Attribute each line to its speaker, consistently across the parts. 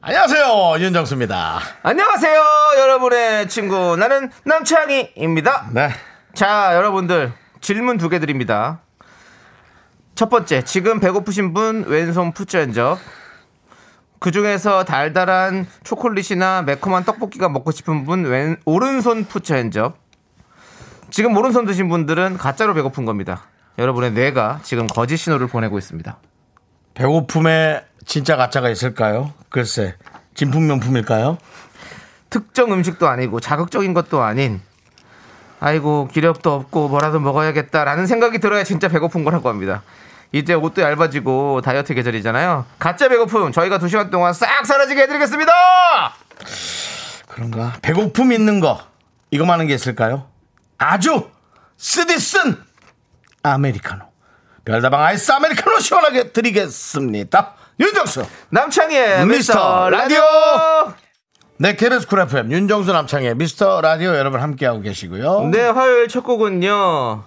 Speaker 1: 안녕하세요 윤정수입니다.
Speaker 2: 안녕하세요, 여러분의 친구. 나는 남창희입니다.
Speaker 1: 네.
Speaker 2: 자, 여러분들, 질문 두 개 드립니다. 첫 번째, 지금 배고프신 분, 왼손 푸젠저. 그 중에서 달달한 초콜릿이나 매콤한 떡볶이가 먹고 싶은 분, 왼, 오른손 푸젠저. 지금 오른손 드신 분들은 가짜로 배고픈 겁니다. 여러분의 뇌가 지금 거짓 신호를 보내고 있습니다.
Speaker 1: 배고픔에 진짜 가짜가 있을까요? 글쎄 진품 명품일까요?
Speaker 2: 특정 음식도 아니고 자극적인 것도 아닌 아이고 기력도 없고 뭐라도 먹어야겠다라는 생각이 들어야 진짜 배고픈 거라고 합니다. 이제 옷도 얇아지고 다이어트 계절이잖아요. 가짜 배고픔 저희가 두 시간 동안 싹 사라지게 해드리겠습니다.
Speaker 1: 그런가? 배고픔 있는 거 이거만 하는 게 있을까요? 아주 쓰디쓴 아메리카노 별다방 아이스 아메리카노 시원하게 드리겠습니다. 윤정수
Speaker 2: 남창희의
Speaker 1: 네, 미스터
Speaker 2: 미스터 라디오.
Speaker 1: 네, KBS 쿨 FM 윤정수 남창의 미스터 라디오 여러분 함께하고 계시고요.
Speaker 2: 네 화요일 첫 곡은요.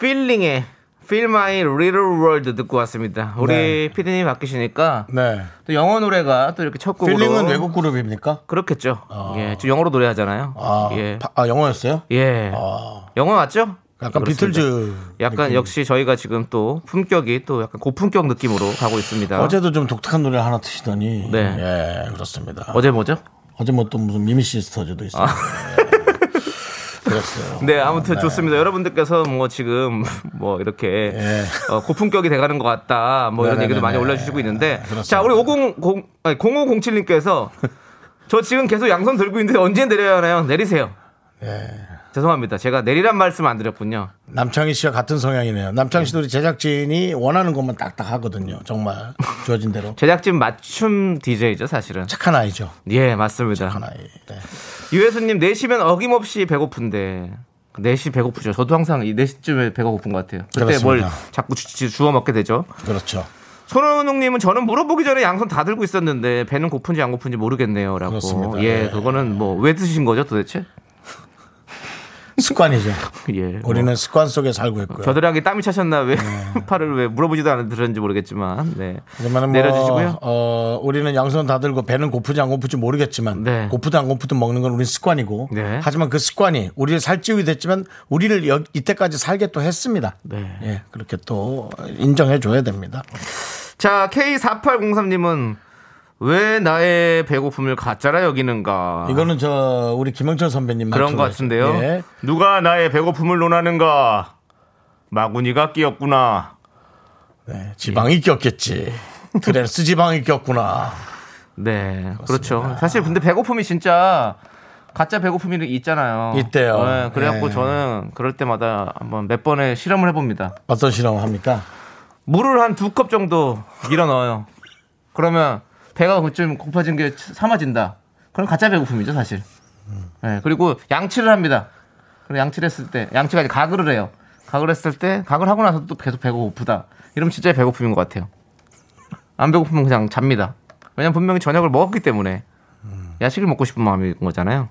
Speaker 2: 필링의 Feel My Little World 듣고 왔습니다. 우리 피디님 바뀌시니까
Speaker 1: 네.
Speaker 2: 또 영어 노래가 또 이렇게 첫 곡으로
Speaker 1: 필링은 외국 그룹입니까?
Speaker 2: 그렇겠죠. 예, 저 영어로 노래하잖아요.
Speaker 1: 아,
Speaker 2: 예.
Speaker 1: 파- 아, 영어였어요?
Speaker 2: 예.
Speaker 1: 아,
Speaker 2: 영어 맞죠?
Speaker 1: 약간
Speaker 2: 그렇습니다.
Speaker 1: 비틀즈
Speaker 2: 약간
Speaker 1: 느낌.
Speaker 2: 역시 저희가 지금 또 품격이 또 약간 고품격 느낌으로 가고 있습니다.
Speaker 1: 어제도 좀 독특한 노래 하나 트시더니
Speaker 2: 그러니까. 네.
Speaker 1: 예, 그렇습니다.
Speaker 2: 어제 아. 뭐죠?
Speaker 1: 어제 뭐 또 무슨 미미 시스터즈도 있어요. 예. 그랬어요.
Speaker 2: 네, 아무튼 좋습니다. 여러분들께서 뭐 지금 뭐 이렇게 어, 고품격이 돼가는 것 같다. 뭐
Speaker 1: 예.
Speaker 2: 이런
Speaker 1: 네네네네. 아,
Speaker 2: 얘기도 많이 올려주시고 있는데.
Speaker 1: 그렇습니다.
Speaker 2: 자, 우리 500, 아니, 0507님께서 저 지금 계속 양손 들고 있는데 언제 내려야 하나요? 내리세요.
Speaker 1: 예.
Speaker 2: 죄송합니다. 제가 내리란 말씀 안 드렸군요.
Speaker 1: 남창희 씨와 같은 성향이네요. 남창희 씨도 우리 제작진이 원하는 것만 딱딱 하거든요. 정말 주어진 대로
Speaker 2: 제작진 맞춤 DJ죠, 사실은.
Speaker 1: 착한 아이죠.
Speaker 2: 예, 맞습니다.
Speaker 1: 착한 아이. 네.
Speaker 2: 유혜수님 4시면 어김없이 배고픈데 4시 배고프죠. 저도 항상 이 4시쯤에 배가 고픈 것 같아요. 그때
Speaker 1: 그렇습니다.
Speaker 2: 뭘 자꾸 주, 주- 주워 먹게 되죠.
Speaker 1: 그렇죠.
Speaker 2: 손은웅님은 저는 물어보기 전에 양손 다 들고 있었는데 배는 고픈지 안 고픈지 모르겠네요라고.
Speaker 1: 그렇습니다.
Speaker 2: 예,
Speaker 1: 예.
Speaker 2: 그거는 뭐 왜 드신 거죠 도대체?
Speaker 1: 습관이죠.
Speaker 2: 예. 뭐
Speaker 1: 우리는 습관 속에 살고 있고요.
Speaker 2: 겨드랑이 땀이 차셨나 왜 팔을 왜 물어보지도 않으셨는지 모르겠지만 네.
Speaker 1: 네. 하지만 뭐,
Speaker 2: 내려주시고요.
Speaker 1: 어, 우리는 양손 다 들고 배는 고프지 안 고프지 모르겠지만
Speaker 2: 네.
Speaker 1: 고프든 안 고프든 먹는 건 우리 습관이고
Speaker 2: 네.
Speaker 1: 하지만 그 습관이 우리를 살찌우게 됐지만 우리를 여- 이때까지 살게 또 했습니다.
Speaker 2: 네.
Speaker 1: 예, 그렇게 또 인정해 줘야 됩니다.
Speaker 2: 자 K4803님은 왜 나의 배고픔을 가짜라 여기는가?
Speaker 1: 아. 이거는 저 우리 김영철 선배님 말투로
Speaker 2: 그런 것 같은데요.
Speaker 1: 예.
Speaker 2: 누가 나의 배고픔을 논하는가? 마구니가 끼었구나.
Speaker 1: 네, 지방이 꼈겠지. 드레스 지방이 꼈구나.
Speaker 2: 네, 그렇죠 사실 근데 배고픔이 진짜 가짜 배고픔이 있잖아요.
Speaker 1: 있대요.
Speaker 2: 네, 그래갖고
Speaker 1: 예.
Speaker 2: 저는 그럴 때마다 한번 몇 번의 실험을 해봅니다.
Speaker 1: 어떤 실험 합니까?
Speaker 2: 물을 한 두 컵 정도 밀어 넣어요. 그러면 배가 좀 고파진 게 삼아진다. 그럼 가짜 배고픔이죠, 사실. 네, 그리고 양치를 합니다. 그리고 양치를 했을 때, 양치가 이제 가글을 해요. 가글 했을 때, 가글 하고 나서 또 계속 배가 고프다. 이러면 진짜 배고픔인 것 같아요. 안 배고프면 그냥 잡니다. 왜냐면 분명히 저녁을 먹었기 때문에 야식을 먹고 싶은 마음인 거잖아요.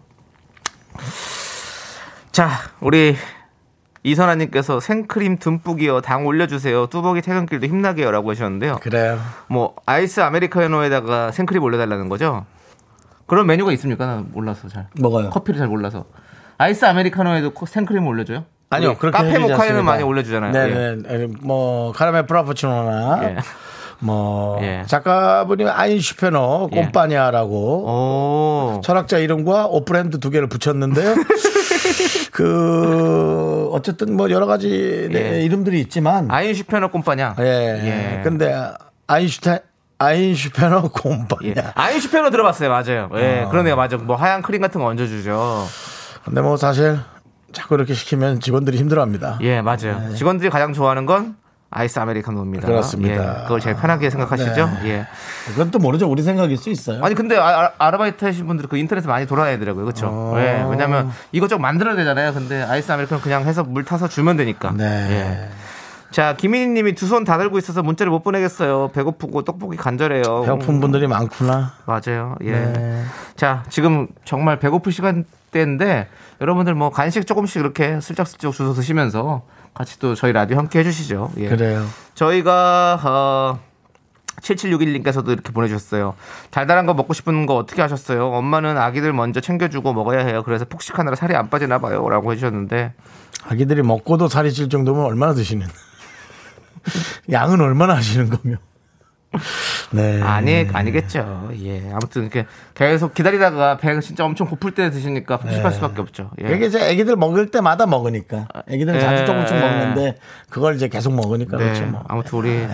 Speaker 2: 자, 우리 이선아님께서 생크림 듬뿍이요. 당 올려주세요. 뚜벅이 퇴근길도 힘나게요라고 하셨는데요.
Speaker 1: 그래요.
Speaker 2: 뭐 아이스 아메리카노에다가 생크림 올려달라는 거죠? 그런 메뉴가 있습니까? 나 몰라서 잘.
Speaker 1: 먹어요.
Speaker 2: 커피를 잘 몰라서. 아이스 아메리카노에도 코- 생크림 올려줘요?
Speaker 1: 아니요,
Speaker 2: 우리
Speaker 1: 그렇게
Speaker 2: 카페
Speaker 1: 해주지
Speaker 2: 모카에는
Speaker 1: 않습니다.
Speaker 2: 많이 올려주잖아요. 예.
Speaker 1: 네네, 에, 뭐 카라멜 프라푸치노나
Speaker 2: 예.
Speaker 1: 뭐
Speaker 2: 예.
Speaker 1: 작가분이 아인슈페너
Speaker 2: 예. 어.
Speaker 1: 꼼파니아라고
Speaker 2: 오.
Speaker 1: 철학자 이름과 옷 브랜드 두 개를 붙였는데요. 그 어쨌든 뭐 여러 가지 네,
Speaker 2: 예.
Speaker 1: 이름들이 있지만
Speaker 2: 아인슈페너 꼼빠냐?
Speaker 1: 예.
Speaker 2: 예.
Speaker 1: 근데 아인슈타 아인슈페너 곰팡이야.
Speaker 2: 예. 아인슈페너 들어봤어요. 맞아요. 예. 그러네요. 맞아요. 뭐 하얀 크림 같은 거 얹어주죠.
Speaker 1: 근데 뭐 사실 자꾸 이렇게 시키면 직원들이 힘들어합니다.
Speaker 2: 예, 맞아요. 직원들이 가장 좋아하는 건 아이스 아메리카노입니다.
Speaker 1: 그렇습니다.
Speaker 2: 예, 그걸 제일 편하게 생각하시죠?
Speaker 1: 네.
Speaker 2: 예.
Speaker 1: 그건 또 모르죠. 우리 생각일 수 있어요.
Speaker 2: 아니 근데 아, 르바이트 하신 분들 그 인터넷에 많이 돌아다니더라고요, 그렇죠?
Speaker 1: 어.
Speaker 2: 예, 왜냐하면 이것저것 만들어야 되잖아요. 근데 아이스 아메리카노 그냥 해서 물 타서 주면 되니까.
Speaker 1: 네.
Speaker 2: 예. 자 김민희님이 두 손 다 들고 있어서 문자를 못 보내겠어요. 배고프고 떡볶이 간절해요.
Speaker 1: 배고픈
Speaker 2: 음,
Speaker 1: 분들이 많구나.
Speaker 2: 맞아요. 예.
Speaker 1: 네.
Speaker 2: 자 지금 정말 배고플 시간대인데 여러분들 뭐 간식 조금씩 이렇게 슬쩍슬쩍 주워 드시면서 같이 또 저희 라디오 함께 해주시죠. 예.
Speaker 1: 그래요.
Speaker 2: 저희가 어, 7761님께서도 이렇게 보내주셨어요. 달달한 거 먹고 싶은 거 어떻게 하셨어요? 엄마는 아기들 먼저 챙겨주고 먹어야 해요. 그래서 폭식하느라 살이 안 빠지나 봐요. 라고 해주셨는데
Speaker 1: 아기들이 먹고도 살이 찔 정도면 얼마나 드시는? 양은 얼마나 하시는 거며? 네.
Speaker 2: 아니, 아니겠죠. 예. 아무튼 이렇게 계속 기다리다가 배가 진짜 엄청 고플 때 드시니까 폭식할
Speaker 1: 네.
Speaker 2: 수밖에 없죠. 예.
Speaker 1: 이게 이제 애기들 먹을 때마다 먹으니까 애기들은
Speaker 2: 예,
Speaker 1: 자주 조금씩
Speaker 2: 예.
Speaker 1: 먹는데 그걸 이제 계속 먹으니까
Speaker 2: 네,
Speaker 1: 그렇죠 뭐.
Speaker 2: 아무튼 우리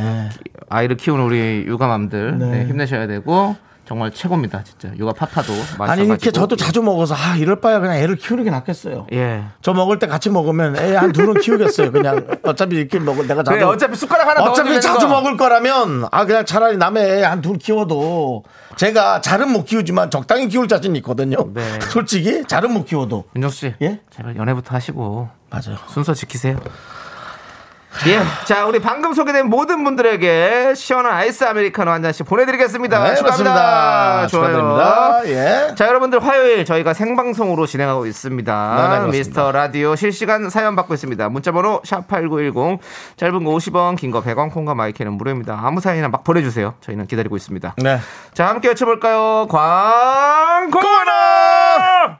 Speaker 2: 아이를 키우는 우리 육아맘들
Speaker 1: 네.
Speaker 2: 네, 힘내셔야 되고 정말 최고입니다. 진짜 육아 파파도
Speaker 1: 아니 이렇게
Speaker 2: 마셔가지고.
Speaker 1: 저도 자주 먹어서 아 이럴 바야 그냥 애를 키우는 게 낫겠어요.
Speaker 2: 예.
Speaker 1: 저 먹을 때 같이 먹으면 애 한 둘은 키우겠어요. 그냥 어차피 이렇게 먹을 내가 자주
Speaker 2: 그래, 네, 어차피 숟가락 하나
Speaker 1: 어차피
Speaker 2: 넣어주면
Speaker 1: 자주
Speaker 2: 되는 거.
Speaker 1: 먹을 거라면 아 그냥 차라리 남의 애 한 둘 키워도 제가 잘은 못 키우지만 적당히 키울 자신 있거든요.
Speaker 2: 네.
Speaker 1: 솔직히 잘은 못 키워도
Speaker 2: 윤정수 씨,
Speaker 1: 예?
Speaker 2: 제발 연애부터 하시고
Speaker 1: 맞아요.
Speaker 2: 순서 지키세요. 예, 자 우리 방금 소개된 모든 분들에게 시원한 아이스 아메리카노 한 잔씩 보내드리겠습니다.
Speaker 1: 네, 그렇습니다.
Speaker 2: 축하합니다.
Speaker 1: 축하드립니다.
Speaker 2: 좋아요.
Speaker 1: 예.
Speaker 2: 자 여러분들 화요일 저희가 생방송으로 진행하고
Speaker 1: 네,
Speaker 2: 있습니다.
Speaker 1: 그렇습니다.
Speaker 2: 미스터 라디오 실시간 사연 받고 있습니다. 문자번호 샵 #8910 짧은 거 50원, 긴 거 100원, 콩과 마이크는 무료입니다. 아무 사연이나 막 보내주세요. 저희는 기다리고 있습니다.
Speaker 1: 네.
Speaker 2: 자 함께 외쳐볼까요? 광고나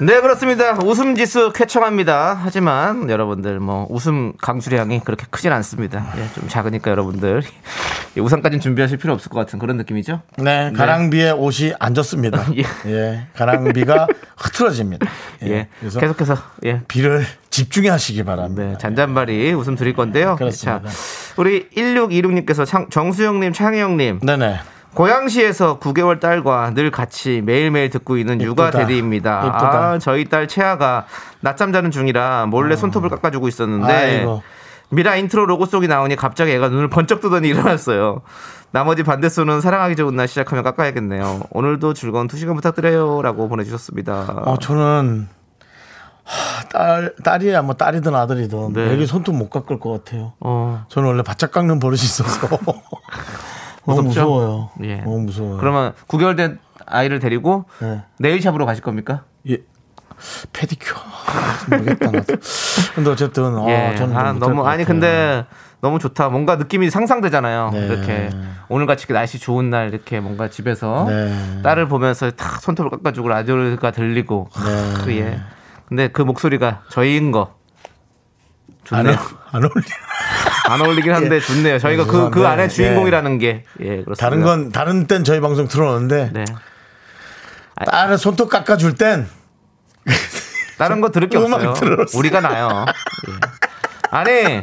Speaker 2: 네, 그렇습니다. 웃음 지수 쾌청합니다. 하지만 여러분들 뭐 웃음 강수량이 그렇게 크진 않습니다. 예, 좀 작으니까 여러분들 이 우산까지는 준비하실 필요 없을 것 같은 그런 느낌이죠?
Speaker 1: 네, 가랑비에 옷이 안 젖습니다.
Speaker 2: 예.
Speaker 1: 예. 가랑비가 흐트러집니다. 예.
Speaker 2: 예.
Speaker 1: 그래서
Speaker 2: 계속해서 예,
Speaker 1: 비를 집중해 하시기 바랍니다.
Speaker 2: 네, 잔잔바리 웃음 드릴 건데요.
Speaker 1: 네, 그렇습니다.
Speaker 2: 자, 우리 1626님께서 창, 정수영님, 창혜영님,
Speaker 1: 네네.
Speaker 2: 고양시에서 9개월 딸과 늘 같이 매일매일 듣고 있는 육아
Speaker 1: 이쁘다.
Speaker 2: 대리입니다.
Speaker 1: 이쁘다. 어.
Speaker 2: 아, 저희 딸 채아가 낮잠 자는 중이라 몰래 손톱을 깎아주고 있었는데
Speaker 1: 아이고.
Speaker 2: 미라 인트로 로고송이 나오니 갑자기 애가 눈을 번쩍 뜨더니 일어났어요. 나머지 반대손은 사랑하기 좋은 날 시작하면 깎아야겠네요. 오늘도 즐거운 2시간 부탁드려요. 라고 보내주셨습니다.
Speaker 1: 어, 저는 하, 딸, 딸이야 뭐 딸이든 아들이든
Speaker 2: 네.
Speaker 1: 여기 손톱 못 깎을 것 같아요.
Speaker 2: 어,
Speaker 1: 저는 원래 바짝 깎는 버릇이 있어서 너무
Speaker 2: 무섭죠?
Speaker 1: 무서워요.
Speaker 2: 예.
Speaker 1: 너무 무서워요.
Speaker 2: 그러면 9개월 된 아이를 데리고
Speaker 1: 네.
Speaker 2: 네일샵으로 가실 겁니까?
Speaker 1: 예. 페디큐어 모르겠다 나도. 근데 어쨌든 어,
Speaker 2: 예.
Speaker 1: 저는
Speaker 2: 아,
Speaker 1: 못할
Speaker 2: 너무
Speaker 1: 것
Speaker 2: 아니
Speaker 1: 같아요.
Speaker 2: 근데 너무 좋다. 뭔가 느낌이 상상되잖아요.
Speaker 1: 네.
Speaker 2: 이렇게 오늘 같이 이렇게 날씨 좋은 날 이렇게 뭔가 집에서
Speaker 1: 네.
Speaker 2: 딸을 보면서 탁 손톱을 깎아주고 라디오가 들리고.
Speaker 1: 네.
Speaker 2: 크, 예. 근데 그 목소리가 저희인 거.
Speaker 1: 안,
Speaker 2: 좋네요.
Speaker 1: 어- 안 어울려.
Speaker 2: 안 어울리긴 한데 좋네요. 저희가 그, 그
Speaker 1: 죄송한데,
Speaker 2: 안에 주인공이라는 게. 예, 그렇습니다.
Speaker 1: 다른 건 다른 땐 저희 방송 틀어놓는데
Speaker 2: 네.
Speaker 1: 딸을 손톱 깎아줄 땐
Speaker 2: 다른 거 들을 게
Speaker 1: 음악
Speaker 2: 없어요.
Speaker 1: 들었어요.
Speaker 2: 우리가 나요. 예. 아니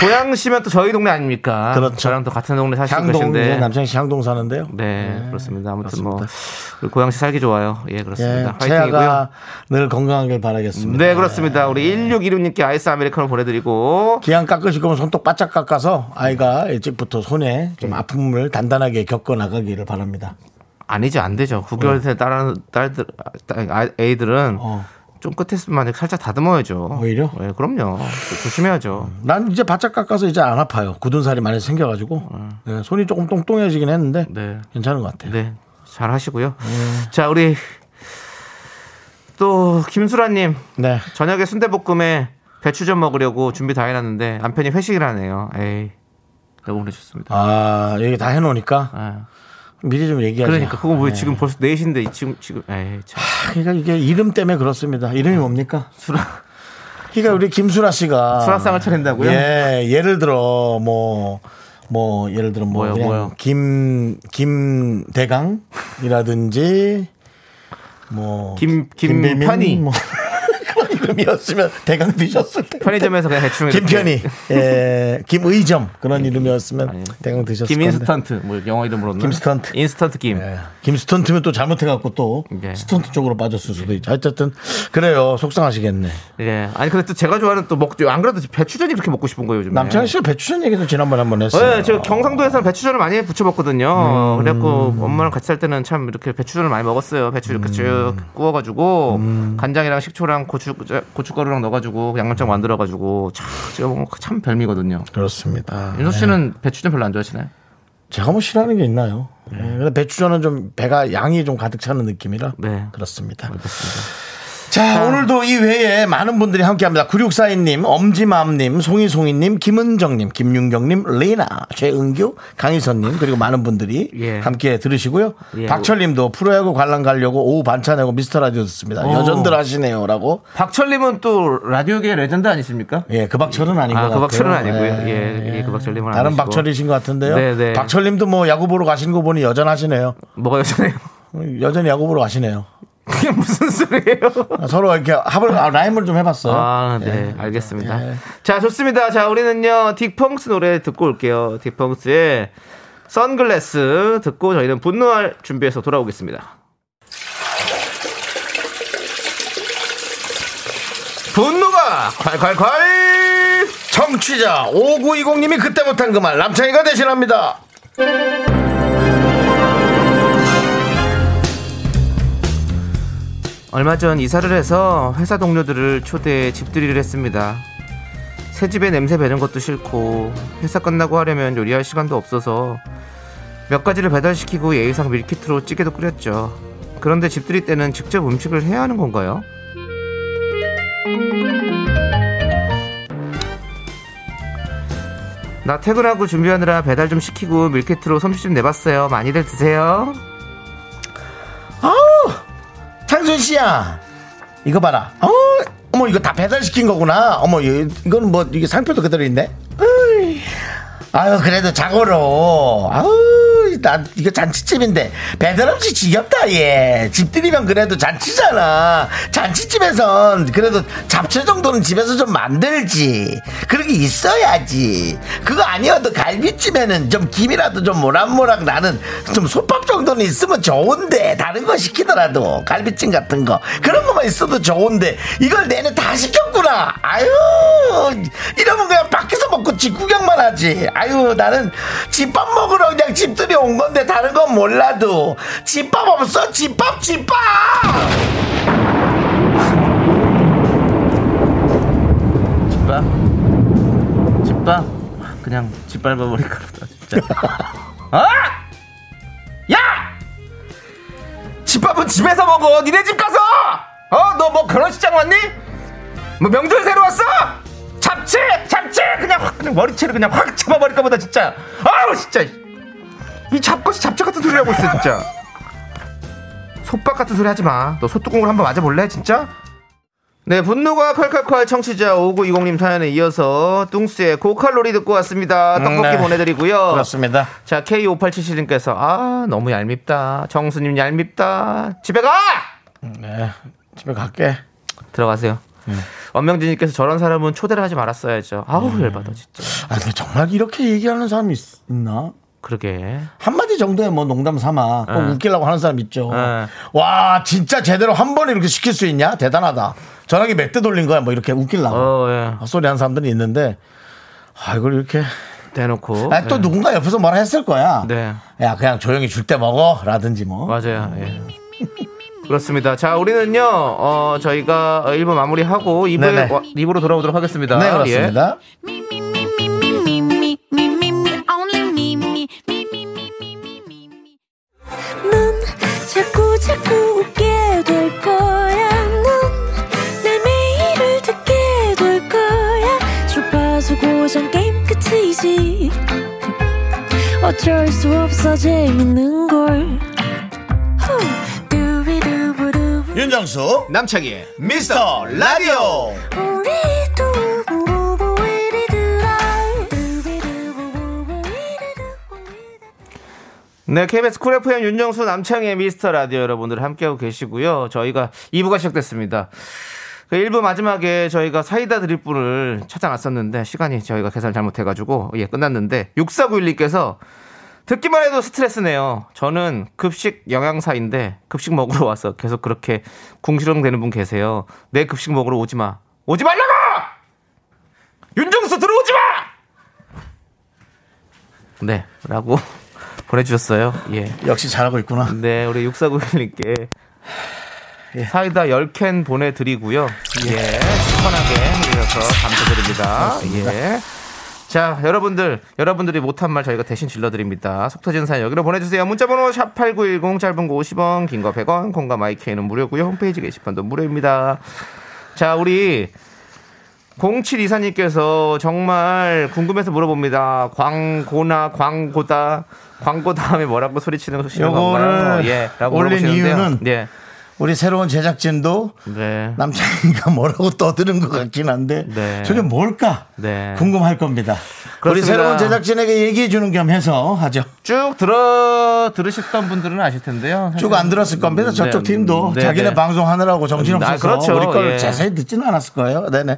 Speaker 2: 고양시면 또 저희 동네 아닙니까?
Speaker 1: 그렇죠.
Speaker 2: 저랑 또 같은 동네 사시는
Speaker 1: 향동 이제
Speaker 2: 것인데.
Speaker 1: 남창희 씨 향동 사는데요.
Speaker 2: 네, 그렇습니다. 아무튼 뭐 우리 고양시 살기 좋아요. 예,
Speaker 1: 예,
Speaker 2: 그렇습니다. 화이팅이고요.
Speaker 1: 채아가 늘 건강하길 바라겠습니다.
Speaker 2: 네, 그렇습니다. 우리 1616님께 아이스 아메리카노 보내드리고
Speaker 1: 기왕 깎으실 거면 손톱 바짝 깎아서 아이가 일찍부터 손에 좀 아픔을 단단하게 겪어 나가기를 바랍니다.
Speaker 2: 아니죠, 안 되죠. 9개월 된 딸, 딸들, 아, 애들은
Speaker 1: 어.
Speaker 2: 좀 끝에 있으면 살짝 다듬어야죠.
Speaker 1: 오히려? 음.
Speaker 2: 예, 그럼요. 조심해야죠.
Speaker 1: 난 이제 바짝 깎아서 이제 안 아파요. 굳은 살이 많이 생겨가지고 네, 손이 조금 똥똥해지긴 했는데
Speaker 2: 음. 네.
Speaker 1: 괜찮은 것 같아요.
Speaker 2: 네, 잘 하시고요. 자, 우리 또 김수라님
Speaker 1: 네.
Speaker 2: 저녁에 순대볶음에 배추전 먹으려고 준비 다 해놨는데 남편이 회식이라네요. 에이, 너무 보내셨습니다. 예.
Speaker 1: 아 여기 다 해놓으니까 미리 좀 얘기하자.
Speaker 2: 그러니까 그거 뭐
Speaker 1: 네.
Speaker 2: 지금 벌써 4시인데 지금 지금 에이 참
Speaker 1: 하, 그러니까 이게 이름 때문에 그렇습니다. 이름이 뭡니까?
Speaker 2: 수락
Speaker 1: 그러니까 우리 김수라 씨가
Speaker 2: 수락상을 차린다고요?
Speaker 1: 예, 예를 들어 뭐. 뭐 예를 들어 뭐
Speaker 2: 뭐요,
Speaker 1: 그냥
Speaker 2: 뭐요?
Speaker 1: 김 김대강이라든지 뭐
Speaker 2: 김-
Speaker 1: 김대민
Speaker 2: 김편희.
Speaker 1: 뭐 그런 이름이었으면 대강 드셨을 때
Speaker 2: 편의점에서 그냥 대충 이렇게
Speaker 1: 김편희 예 김의점 그런 이름이었으면
Speaker 2: 아니,
Speaker 1: 대강 드셨을 건데.
Speaker 2: 김인스턴트 뭐 영어 이름으로는
Speaker 1: 김스턴트.
Speaker 2: 인스턴트 김
Speaker 1: 예, 김스턴트면 또 잘못해갖고 또
Speaker 2: 네.
Speaker 1: 스턴트 쪽으로 빠졌을 수도 있죠. 하여튼 그래요 속상하시겠네.
Speaker 2: 예. 아니 근데 또 제가 좋아하는 또 먹죠. 안 그래도 배추전이 그렇게 먹고 싶은 거예요, 요즘에.
Speaker 1: 남창희 씨가 배추전 얘기도 지난번에 음. 한번 했어요.
Speaker 2: 네. 예, 제가 경상도에서는 배추전을 많이 부쳐 먹거든요. 그래갖고 엄마랑 같이 살 때는 참 이렇게 배추전을 많이 먹었어요. 배추 이렇게 쭉
Speaker 1: 음.
Speaker 2: 구워가지고 간장이랑 식초랑 고추 고춧가루랑 넣어가지고 양념장 만들어가지고 참 찍어 먹는 거 참 별미거든요.
Speaker 1: 그렇습니다.
Speaker 2: 윤석 씨는 배추전 별로 안 좋아하시나요?
Speaker 1: 제가 뭐 싫어하는 게 있나요?
Speaker 2: 네.
Speaker 1: 예, 근데 배추전은 좀 배가 양이 좀 가득 차는 느낌이라
Speaker 2: 네.
Speaker 1: 그렇습니다. 자, 오늘도 이 회에 많은 분들이 함께 합니다. 9642님, 엄지맘님, 송이송이님, 김은정님, 김윤경님, 레이나, 최은규, 강희선님, 그리고 많은 분들이
Speaker 2: 예.
Speaker 1: 함께 들으시고요.
Speaker 2: 예.
Speaker 1: 박철님도 프로야구 관람 가려고 오후 반차 내고 미스터 라디오 듣습니다.
Speaker 2: 오.
Speaker 1: 여전들 하시네요. 라고.
Speaker 2: 박철님은 또 라디오계 레전드 아니십니까?
Speaker 1: 예, 그 박철은 아닌 것
Speaker 2: 아,
Speaker 1: 같아요. 네.
Speaker 2: 그 박철은 아니고요. 예, 예, 그 박철님은
Speaker 1: 다른
Speaker 2: 아니시고.
Speaker 1: 박철이신 것 같은데요.
Speaker 2: 네, 네.
Speaker 1: 박철님도 뭐 야구 보러 가시는 거 보니 여전하시네요.
Speaker 2: 뭐가 여전해요?
Speaker 1: 여전히 야구 보러 가시네요.
Speaker 2: 그게 무슨 소리예요?
Speaker 1: 서로 이렇게 합을 아, 라임을 좀 해봤어.
Speaker 2: 아, 네, 알겠습니다. 자, 좋습니다. 자, 우리는요, 딕펑스 노래 듣고 올게요. 딕펑스의 선글라스 듣고 저희는 분노할 준비해서 돌아오겠습니다. 분노가 콸콸콸!
Speaker 1: 청취자 5920님이 그때 못한 그 말 남창희가 대신합니다.
Speaker 2: 얼마 전 이사를 해서 회사 동료들을 초대해 집들이를 했습니다. 새 집에 냄새 배는 것도 싫고 회사 끝나고 하려면 요리할 시간도 없어서 몇 가지를 배달시키고 예의상 밀키트로 찌개도 끓였죠. 그런데 집들이 때는 직접 음식을 해야 하는 건가요? 나 퇴근하고 준비하느라 배달 좀 시키고 밀키트로 솜씨 좀 내봤어요. 많이들 드세요.
Speaker 1: 창순 씨야, 이거 봐라. 어, 어머 이거 다 배달 시킨 거구나. 어머 이- 이거는 뭐 이게 상표도 그대로 있네. 으이. 아유 그래도 자고로. 아유 나 이거 잔치집인데 배달 음식 지겹다 얘. 집들이면 그래도 잔치잖아. 잔치집에선 그래도 잡채 정도는 집에서 좀 만들지. 그런 게 있어야지. 그거 아니어도 갈비찜에는 좀 김이라도 좀 모락모락 나는 좀 솥밥 정도는 있으면 좋은데 다른 거 시키더라도 갈비찜 같은 거 그런 것만 있어도 좋은데 이걸 내내 다 시켰구나. 아유 이러면 그냥 밖에서 먹고 집 구경만 하지. 아유 나는 집밥 먹으러 그냥 집들이 온 건데 다른 건 몰라도 집밥 없어 집밥 집밥.
Speaker 2: 집밥 집밥 그냥 집 밟아버릴까 보다 진짜
Speaker 1: 어?
Speaker 2: 아! 야! 집밥은 집에서 먹어 니네 집 가서 어? 너 뭐 결혼식장 왔니? 뭐 명절 새로 왔어? 잡채 잡채 그냥 확 그냥 머리채를 그냥 확 잡아버릴까 보다 진짜 아우 진짜 이 잡것이 잡채 같은 소리 하고 있어 진짜 속박 같은 소리 하지 마너 소뚜껑으로 한번 맞아볼래 진짜? 네, 분노가 칼칼칼 청취자 5920님 사연에 이어서 뚱스의 고칼로리 듣고 왔습니다.
Speaker 1: 음,
Speaker 2: 떡볶이
Speaker 1: 네.
Speaker 2: 보내드리고요.
Speaker 1: 그렇습니다.
Speaker 2: 자, K5877님께서 아, 너무 얄밉다. 정수님 얄밉다. 집에 가!
Speaker 1: 네 집에 갈게.
Speaker 2: 들어가세요.
Speaker 1: 음.
Speaker 2: 원명진님께서 저런 사람은 초대를 하지 말았어야죠. 아우, 열받아, 진짜.
Speaker 1: 아 근데 정말 이렇게 얘기하는 사람이 있, 나
Speaker 2: 그러게.
Speaker 1: 한마디 정도의 뭐 농담 삼아 꼭
Speaker 2: 예.
Speaker 1: 웃기려고 하는 사람 있죠.
Speaker 2: 예.
Speaker 1: 와 진짜 제대로 한 번에 이렇게 시킬 수 있냐? 대단하다. 전화기 몇 대 돌린 거야 뭐 이렇게 웃기려고 아,
Speaker 2: 어, 예.
Speaker 1: 헛소리 하는 사람들이 있는데 아 이걸 이렇게
Speaker 2: 대놓고.
Speaker 1: 아니, 또
Speaker 2: 예.
Speaker 1: 누군가 옆에서 뭐라 했을 거야.
Speaker 2: 네.
Speaker 1: 야 그냥 조용히 줄 때 먹어 라든지 뭐.
Speaker 2: 맞아요. 예. 그렇습니다. 자, 우리는요, 어, 저희가 1부 마무리하고 2부에,
Speaker 1: 네네.
Speaker 2: 와, 2부로 돌아오도록 하겠습니다.
Speaker 1: 네
Speaker 2: 예.
Speaker 1: 그렇습니다.
Speaker 3: Me, me, me, me, me, me, me, me, me, me, only me, me, me, me, me, me, me, me, me.
Speaker 4: 넌 자꾸 자꾸 웃게 될 거야. 넌내 매일을 듣게 될 거야. 주파수 고정 게임 끝이지. 어쩔 수 없어 재밌는 걸 후. 두비두부두.
Speaker 1: 윤정수
Speaker 2: 남창희의
Speaker 1: 미스터 라디오
Speaker 4: 우리 두부부부 우리들아. 두비두부부부 우리들아.
Speaker 2: 네, KBS 쿨 FM 윤정수 남창희의 미스터 라디오 여러분들 함께하고 계시고요. 저희가 2부가 시작됐습니다. 그 1부 마지막에 저희가 사이다 드릴 분을 찾아놨었는데 시간이 저희가 계산을 잘못해가지고 예 끝났는데 6491님께서 듣기만 해도 스트레스네요. 저는 급식 영양사인데 급식 먹으러 와서 계속 그렇게 궁시렁대는 분 계세요. 내 급식 먹으러 오지 마. 오지 말라고! 윤정수 들어오지 마! 네, 라고 보내주셨어요. 예.
Speaker 1: 역시 잘하고 있구나
Speaker 2: 네, 우리 6491님께 사이다 10캔 보내드리고요. 예, 시원하게 해주셔서 감사드립니다. 예. 자, 여러분들, 여러분들이 못한 말 저희가 대신 질러드립니다. 속 터진 사연 여기로 보내주세요. 문자번호 샵8910, 짧은 거 50원, 긴 거 100원, 콩과 마이크는 무료고요. 홈페이지 게시판도 무료입니다. 자, 우리 07 이사님께서 정말 궁금해서 물어봅니다. 광고나 광고다 광고 다음에 뭐라고 소리치는 소식
Speaker 1: 요거를
Speaker 2: 예라고
Speaker 1: 올린
Speaker 2: 물어보시는데요.
Speaker 1: 이유는
Speaker 2: 예.
Speaker 1: 우리 새로운 제작진도
Speaker 2: 네.
Speaker 1: 남창이가 뭐라고 떠드는 것 같긴 한데
Speaker 2: 네.
Speaker 1: 저게 뭘까
Speaker 2: 네.
Speaker 1: 궁금할 겁니다 우리
Speaker 2: 그렇습니다.
Speaker 1: 새로운 제작진에게 얘기해 주는 겸 해서 하죠
Speaker 2: 쭉 들어 들으셨던 분들은 아실 텐데요.
Speaker 1: 쭉 안 들었을 겁니다
Speaker 2: 네,
Speaker 1: 저쪽 팀도
Speaker 2: 네,
Speaker 1: 자기네
Speaker 2: 네.
Speaker 1: 방송 하느라고 정신없어서
Speaker 2: 아, 그렇죠.
Speaker 1: 우리 걸
Speaker 2: 예.
Speaker 1: 자세히 듣지는 않았을 거예요 네네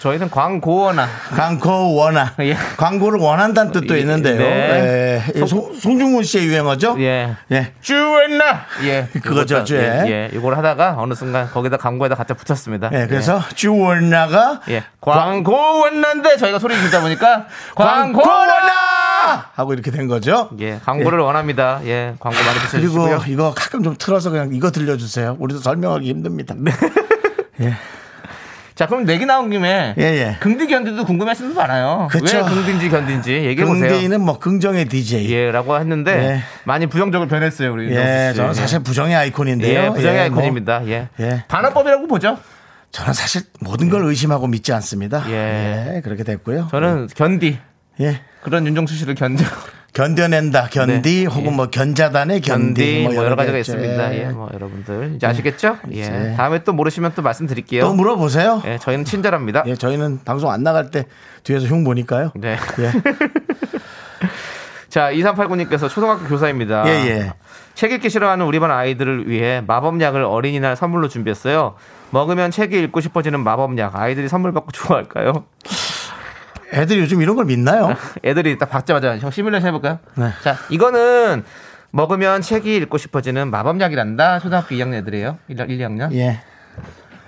Speaker 2: 저희는 광고나
Speaker 1: 광고 원하
Speaker 2: 예.
Speaker 1: 광고를 원한다는 뜻도
Speaker 2: 예,
Speaker 1: 있는데요.
Speaker 2: 네.
Speaker 1: 예. 예. 송, 송중근 씨의 유행어죠.
Speaker 2: 예.
Speaker 1: 예.
Speaker 2: 쭈엔나 예
Speaker 1: 그거죠,
Speaker 2: 이것도-
Speaker 1: 쭈에.
Speaker 2: 예, 예 이걸 하다가 어느 순간 거기다 광고에다 갖다 붙였습니다.
Speaker 1: 예, 그래서 주원나가
Speaker 2: 예, 예. 광고 원난데 저희가 소리 듣다 보니까 광고 원나
Speaker 1: 하고 이렇게 된 거죠.
Speaker 2: 예, 광고를 원합니다. 예, 광고 많이
Speaker 1: 그리고
Speaker 2: 붙여주시고요.
Speaker 1: 이거 가끔 좀 틀어서 그냥 이거 들려주세요. 우리도 설명하기 힘듭니다.
Speaker 2: 네. 자, 그럼 내기 나온 김에
Speaker 1: 예, 예.
Speaker 2: 긍디 견디도 궁금해하시는 분 많아요.
Speaker 1: 그쵸.
Speaker 2: 왜 긍디인지 견디인지 얘기해 보세요.
Speaker 1: 긍디는 뭐 긍정의 DJ. 예,
Speaker 2: 예라고 했는데
Speaker 1: 예.
Speaker 2: 많이 부정적으로 변했어요 우리. 윤정수 씨.
Speaker 1: 저는 사실 부정의 아이콘인데요.
Speaker 2: 예, 부정의
Speaker 1: 예,
Speaker 2: 아이콘입니다. 예.
Speaker 1: 예.
Speaker 2: 반어법이라고 보죠.
Speaker 1: 뭐 저는 사실 모든 걸 의심하고 믿지 않습니다. 예,
Speaker 2: 예.
Speaker 1: 그렇게 됐고요.
Speaker 2: 저는 견디
Speaker 1: 예.
Speaker 2: 그런 윤정수 씨를 견뎌
Speaker 1: 견뎌낸다, 견디,
Speaker 2: 네.
Speaker 1: 혹은 뭐 견자단의 견디,
Speaker 2: 견디 뭐 여러 가지가
Speaker 1: 있죠.
Speaker 2: 있습니다.
Speaker 1: 예.
Speaker 2: 예, 뭐 여러분들 이제 아시겠죠? 예,
Speaker 1: 이제.
Speaker 2: 다음에 또 모르시면 또 말씀드릴게요.
Speaker 1: 또 물어보세요.
Speaker 2: 예, 저희는 친절합니다.
Speaker 1: 예, 저희는 방송 안 나갈 때 뒤에서 흉 보니까요.
Speaker 2: 네.
Speaker 1: 예.
Speaker 2: 자, 2389님께서 초등학교 교사입니다.
Speaker 1: 예, 예.
Speaker 2: 책 읽기 싫어하는 우리 반 아이들을 위해 마법약을 어린이날 선물로 준비했어요. 먹으면 책이 읽고 싶어지는 마법약. 아이들이 선물 받고 좋아할까요?
Speaker 1: 애들이 요즘 이런 걸 믿나요?
Speaker 2: 애들이 딱 받자마자 형 시뮬레이션 해볼까요?
Speaker 1: 네.
Speaker 2: 자, 이거는 먹으면 책이 읽고 싶어지는 마법약이란다. 초등학교 2학년 애들이에요. 1, 2학년.
Speaker 1: 예.